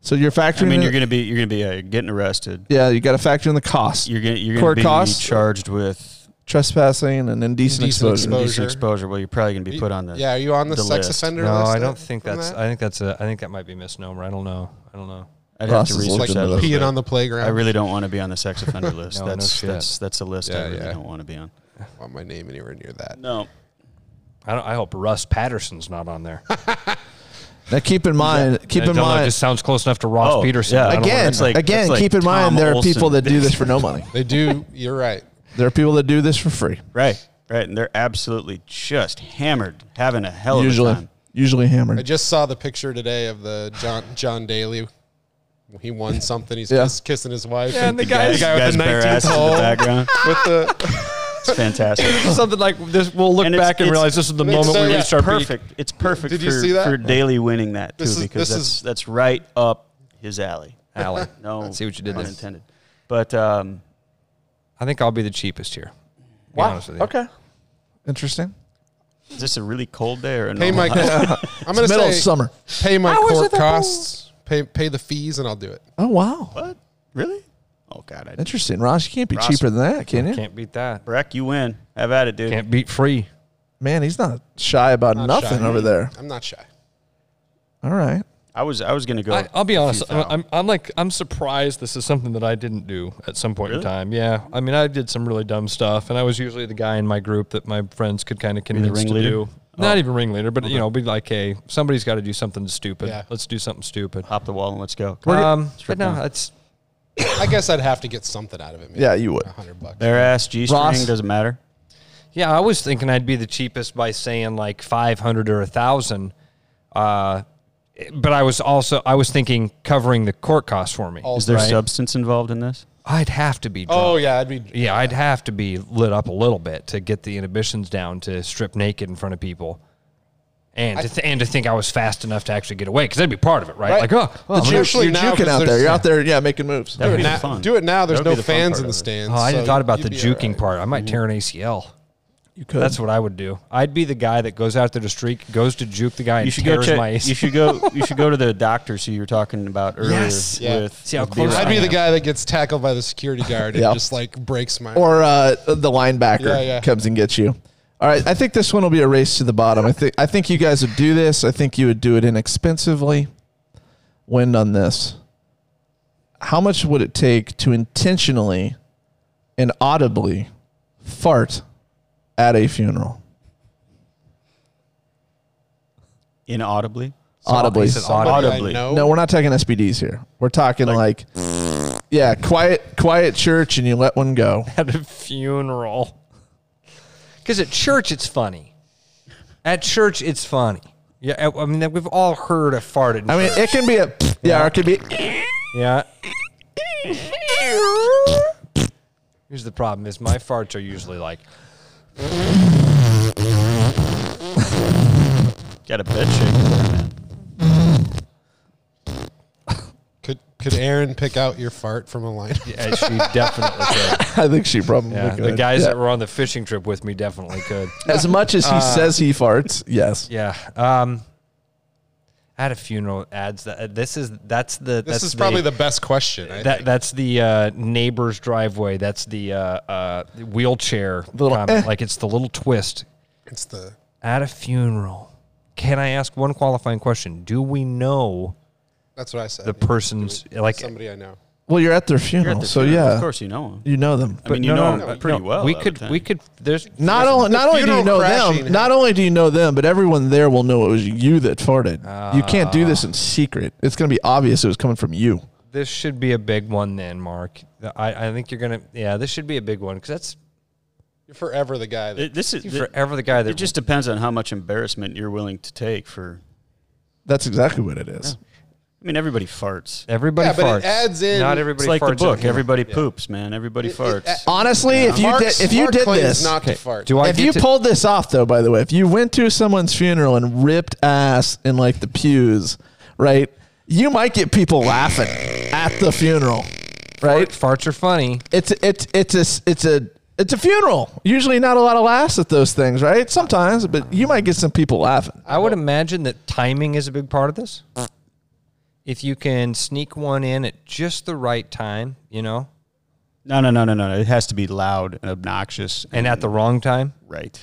so you're factoring. I mean, in, you're gonna be you're gonna be uh, getting arrested. yeah, you got to factor in the cost, You're gonna you're Court gonna be costs? charged with trespassing, and indecent, Indecent exposure. exposure. indecent exposure. Well, you're probably gonna be put on the yeah, are you on the, sex list. offender no, list? I then don't think from that's. that? I think that's a. I think that might be a misnomer. I don't know. I don't know. I'd Ross have to is like research looking that. a at little peeing bit. on the playground. I really don't want to be on the sex offender list. No, no that's shit. that's that's a list I Yeah, really yeah. don't want to be on. don't want my name anywhere near that. No. I, don't, I hope Russ Patterson's not on there. Now keep in mind, keep I in don't know, it mind just sounds close enough to Ross Oh, Peterson. I yeah. don't wanna- again, that's like- again, that's like keep in Tom mind there are Olsen. people that do this for no money. They do. you're right. There are people that do this for free. Right. Right, and they're absolutely just hammered, having a hell of usually, a time. usually hammered. I just saw the picture today of the John John Daly. He won something. He's Yeah. kiss, kissing his wife. Yeah, and the guy- the guy with Guys the bare 19th ass in the hole background. with the It's fantastic. Something like this. We'll look And it's- back and it's- realize this is the it's moment so- we yeah, reached our peak. perfect. It's perfect Did for, you see that? for Daily winning that too This is- because this that's is- that's right up his alley. Alley. No, I see what you did pun there. intended. But um, I think I'll be the cheapest here. Be honest with you. Okay. Interesting. is this a really cold day or a pay my. normal hot- I'm gonna It's middle say of summer. pay my I was court at the costs. Pay pay the fees and I'll do it. Oh wow. What? Really? Oh God! I Interesting, Ross. You can't be Ross- cheaper than that, can you? Can't beat that. Breck, you win. Have at it, dude. Can't beat free. Man, he's not shy about Not nothing shy. over there. I'm not shy. All right. I was I was gonna go. I, I'll be honest. Keith I'm, Al. I'm, I'm like I'm surprised this is something that I didn't do at some point Really? in time. Yeah, I mean I did some really dumb stuff, and I was usually the guy in my group that my friends could kind of convince to ringleader? do. Not even ringleader, but you know, be like, hey, somebody's got to do something stupid. Yeah. Let's do something stupid. Hop the wall and let's go. Um, but Strip no, down. it's I guess I'd have to get something out of it. Maybe. Yeah, you would. A hundred bucks. Bare ass G Ross. string doesn't matter. Yeah, I was thinking I'd be the cheapest by saying like five hundred or a thousand, uh, but I was also I was thinking covering the court costs for me. Is there right? substance involved in this? I'd have to be. Drunk. Oh yeah, I'd be. yeah, I'd have to be lit up a little bit to get the inhibitions down to strip naked in front of people. And to th- and to think I was fast enough to actually get away because that'd be part of it, right? Right. Like, oh, well, I'm But gonna- you're, usually you're now, juking 'cause out there. there's- You're out there, yeah, making moves. That Do would it, be the now, fun. do it now. There's That would no be the fun fans part in the of it. stands. oh, I hadn't so thought about you'd the be juking alright. part. I might tear an ACL. You could. That's what I would do. I'd be the guy that goes out there to streak, goes to juke the guy, and You should go tears check. my ACL. You should go. You should go to the doctor who you were talking about earlier. Yes. Yeah. With, See how with close B-Rock. I'd I be the am. guy that gets tackled by the security guard and Yeah. just like breaks my. or uh, the linebacker Yeah, yeah. comes and gets you. All right, I think this one will be a race to the bottom. I think I think you guys would do this. I think you would do it inexpensively. Wind on this. How much would it take to intentionally and audibly fart at a funeral? inaudibly. audibly. Is it audible? Somebody I audibly. know. No, we're not talking SPDs here. We're talking like, yeah, quiet quiet church and you let one go. at a funeral. Because at church, it's funny. At church, it's funny. Yeah, I I mean, we've all heard a fart at I mean, it can be a yeah, or it could be yeah. Here's the problem: is my farts are usually like Got a bed shake. man. Could could Aaron pick out your fart from a line? yeah, she definitely could. I think she probably Yeah, the could. guys Yeah. that were on the fishing trip with me definitely could. As much as he says he farts, yes. Yeah. Um, at a funeral adds that uh, this is that's the This that's is probably the best question. I That think. that's the uh, neighbor's driveway. That's the uh, uh, wheelchair Little comment. eh. Like it's the little twist it's the at a funeral. Can I ask one qualifying question? Do we know that's what I said. the Yeah. person's like? somebody I know. Well, you're at their funeral, You're at the so funeral, yeah, Of course you know him. you know them. I mean, you no, know no, him pretty well. we I would could we think. could. There's Not only not only do you funeral know crashing them, not only do you know them, but everyone there will know it was you that farted. you can't do this in secret. It's going to be obvious it was coming from you. this should be a big one then, Mark. I, I think you're gonna yeah. This should be a big one because that's You're forever the guy that It- This is you're forever the guy that It just depends on how much embarrassment you're willing to take for. That's exactly what it is. I mean, everybody farts. everybody Yeah, but farts. it adds in- Not It's everybody like farts. the at book. funeral. Everybody poops, man. Everybody farts. uh, it- Honestly, if you Mark's- did if you Mark did claims this, not to fart. Do I if get you to- pulled this off though, by the way, if you went to someone's funeral and ripped ass in like the pews, right? You might get people laughing at the funeral, right? farts are funny. it's it's it's a it's a it's a funeral. Usually, not a lot of laughs at those things, right? Sometimes, but you might get some people laughing. I would imagine that timing is a big part of this. If you can sneak one in at just the right time, you know, no, no, no, no, no. no. It has to be loud and obnoxious and at the wrong time, right.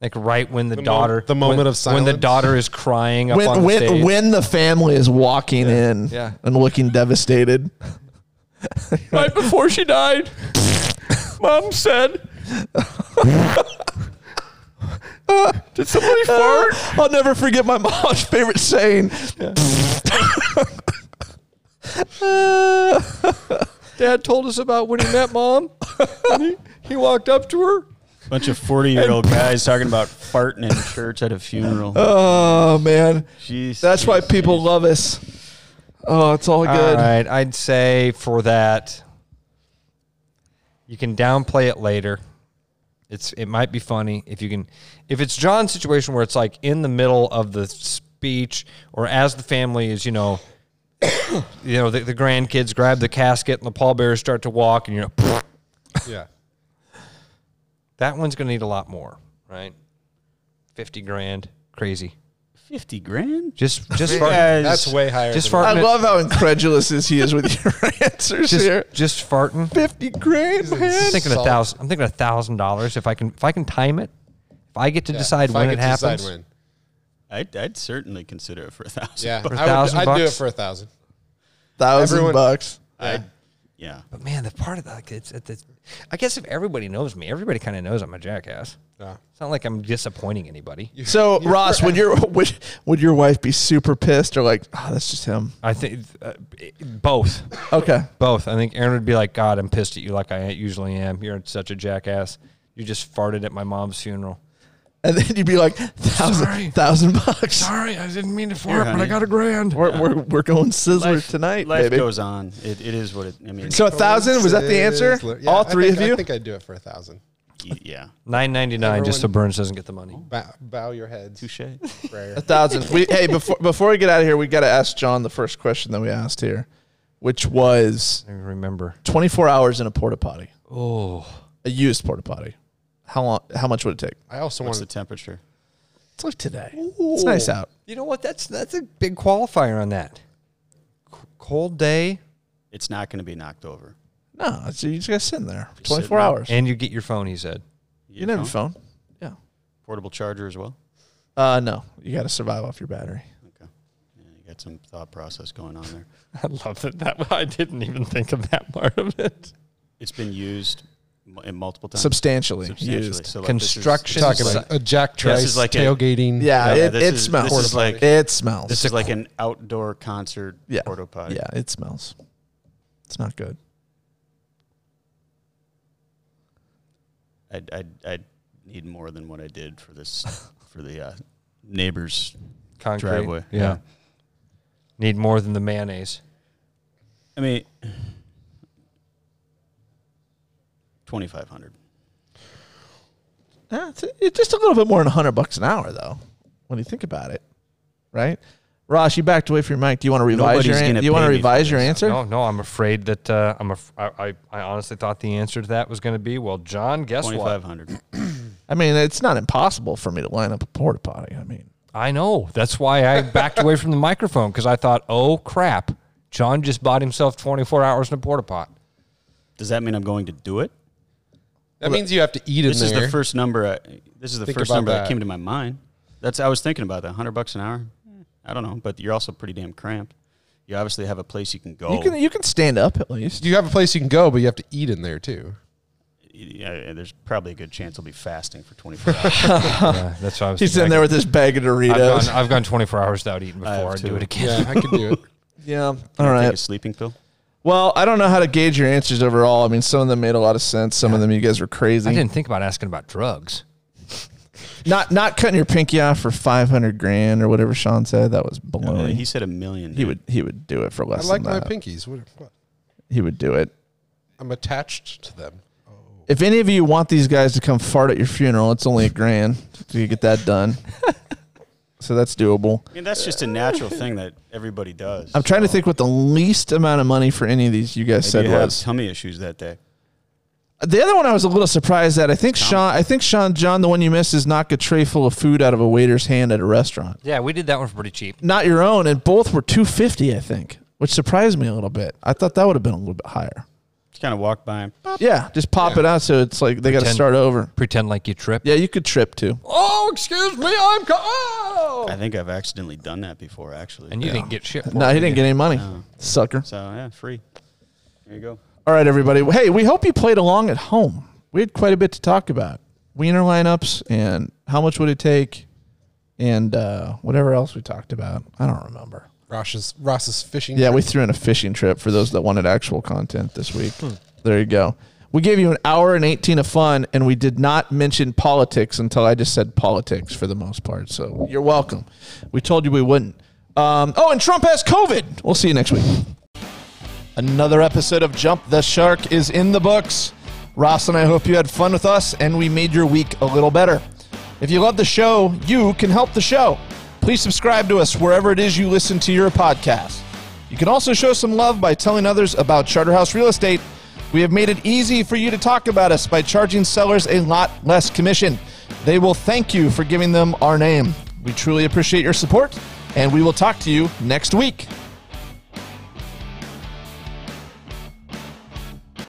like right when the, mo- daughter, the moment when- of when the silence. daughter is crying up on When the when, stage. when the family is walking in yeah. and looking devastated, right before she died, mom said, "Did somebody fart?" I'll never forget my mom's favorite saying. Dad told us about when he met mom. he, he walked up to her. Bunch of 40 year old guys talking about farting in church at a funeral. Oh man, Jeez, that's why people love us. Oh, it's all All good. right, I'd say for that, you can downplay it later. It's it might be funny if you can, if it's John's situation where it's like in the middle of the speech or as the family is, you know, you know the, the grandkids grab the casket and the pallbearers start to walk, and you know, Yeah. that one's gonna need a lot more, right? Fifty grand, crazy. 50 grand? Just just You for, guys- That's way higher. Just than farting I it- love how incredulous is he is with your answers here. just, just farting. Fifty grand, I'm man. thinking a Salt. thousand. I'm thinking a thousand dollars if I can if I can time it. If I get to Yeah, decide if I when could it decide happens, when. I'd, I'd certainly consider it for a thousand. Yeah, For a I would, thousand I'd do it bucks? for a thousand. Thousand everyone- bucks. I'd, yeah. but man, the part of that, like, it's, it's, it's- I guess if everybody knows me, everybody kind of knows I'm a jackass. Yeah. It's not like I'm disappointing anybody. So Ross, would your would, would your wife be super pissed or like, oh, that's just him? I think uh, it- both, Okay, both. I think Aaron would be like, God, I'm pissed at you, like I usually am. You're such a jackass. You just farted at my mom's funeral. and then you'd be like, Sorry. thousand thousand bucks. Sorry, I didn't mean to fart, but I honey. got a grand. We're, we're, we're going sizzler Life- tonight, Life baby. goes on. It, it is what it, I mean, so a thousand was that the answer? Yeah, All I three think- of you. I think I'd do it for a thousand. yeah. Nine ninety nine, just so Everyone- Burns doesn't get the money. Bow, bow your heads. Touche. Prayer. A thousand. We, hey, before before we get out of here, we got to ask John the first question that we asked here, which was I don't even remember. 24 hours in a porta potty, Oh, a used porta potty. How long? How much would it take? I also What's the want. temperature? It's like today. It's nice out. you know what? That's that's a big qualifier on that. C- cold day, It's not going to be knocked over. No, it's, you just got to sit in there. for sitting 24 there. hours. and you get your phone. He said. you can have your phone. Yeah. Portable charger as well. Uh, no, you got to survive off your battery. Okay. Yeah, you got some thought process going on there. I love that. That I didn't even think of that part of it. It's been used m- in multiple times. Substantially, Substantially. used. So like this is- Construction. Talking si- about a Jack Yeah, this Trice is like a- tailgating. Yeah, Yeah, it, this it is- smells. this is like- it smells. This is like an outdoor concert Yeah. porta potty. yeah, it smells. It's not good. I'd, I'd, I'd need more than what I did for this for the uh, neighbor's concrete. driveway. Yeah. Need more than the mayonnaise. I mean, twenty five hundred. Eh, It's, it's just a little bit more than 100 bucks an hour, though, when you think about it, right? Ross, you backed away from your mic. Do you want to revise Nobody's your an- gonna Do you want to pay me for revise your this. answer? No, no, I'm afraid that uh, I'm. Af- I, I, I honestly thought the answer to that was going to be, well, John, guess Twenty what? five hundred. I mean, it's not impossible for me to line up a porta potty. I mean, I know. That's why I backed away from the microphone because I thought, oh crap, John just bought himself 24 hours in a porta pot. Does that mean I'm going to do it? That means you have to eat in This there. is the first number. I, this is the Think first about number that. that. came to my mind. That's I was thinking about that. Hundred bucks an hour. I don't know, but you're also pretty damn cramped. You obviously have a place you can go. you can you can stand up at least. You have a place you can go, but you have to eat in there too. yeah, there's probably a good chance I'll be fasting for 24 hours. Yeah, Uh, that's why I was. He's in thinking. I there with could- his bag of I've Doritos. gone, I've gone 24 hours without eating have before. I'd do too. it again. Yeah, I could do it. yeah. All Take a right. sleeping pill. Well, I don't know how to gauge your answers overall. I mean, some of them made a lot of sense. Some of them you guys were crazy. I didn't think about asking about drugs. Not not cutting your pinky off for five hundred grand or whatever Sean said. That was Uh, baloney. he said a million. he would he would do it for I less. like than my that. pinkies. What, what? He would do it. I'm attached to them. If any of you want these guys to come fart at your funeral, it's only a grand to get that done. so that's doable. I mean, that's just a natural thing that everybody does. I'm trying to think what the least amount of money for any of these you guys said Maybe you have was. tummy issues that day. The other one I was a little surprised at. I think Sean. I think Sean John, the one you missed, is knock a tray full of food out of a waiter's hand at a restaurant. Yeah, we did that one for pretty cheap. Not your own, and both were two fifty. I think, which surprised me a little bit. I thought that would have been a little bit higher. Just kind of walk by him. Yeah, just pop it out so it's like they got to Pretend- start over. Pretend like you tripped. Yeah, you could trip too. Oh, excuse me, I'm. Co- oh! I think I've accidentally done that before, actually. And you didn't get shit. for No, it, he did didn't get any money, sucker. So, yeah, free. There you go. All right, everybody. Hey, we hope you played along at home. We had quite a bit to talk about. Wiener lineups and how much would it take, and uh, whatever else we talked about. I don't remember. Ross's Ross's fishing. Yeah, we threw in a fishing trip for those that wanted actual content this week. There you go. We gave you an hour and 18 of fun, and we did not mention politics until I just said politics for the most part. So you're welcome. We told you we wouldn't. Um, oh, and Trump has COVID. We'll see you next week. Another episode of Jump the Shark is in the books. Ross and I hope you had fun with us and we made your week a little better. If you love the show, you can help the show. Please subscribe to us wherever it is you listen to your podcast. You can also show some love by telling others about Charterhouse Real Estate. We have made it easy for you to talk about us by charging sellers a lot less commission. They will thank you for giving them our name. We truly appreciate your support, and we will talk to you next week.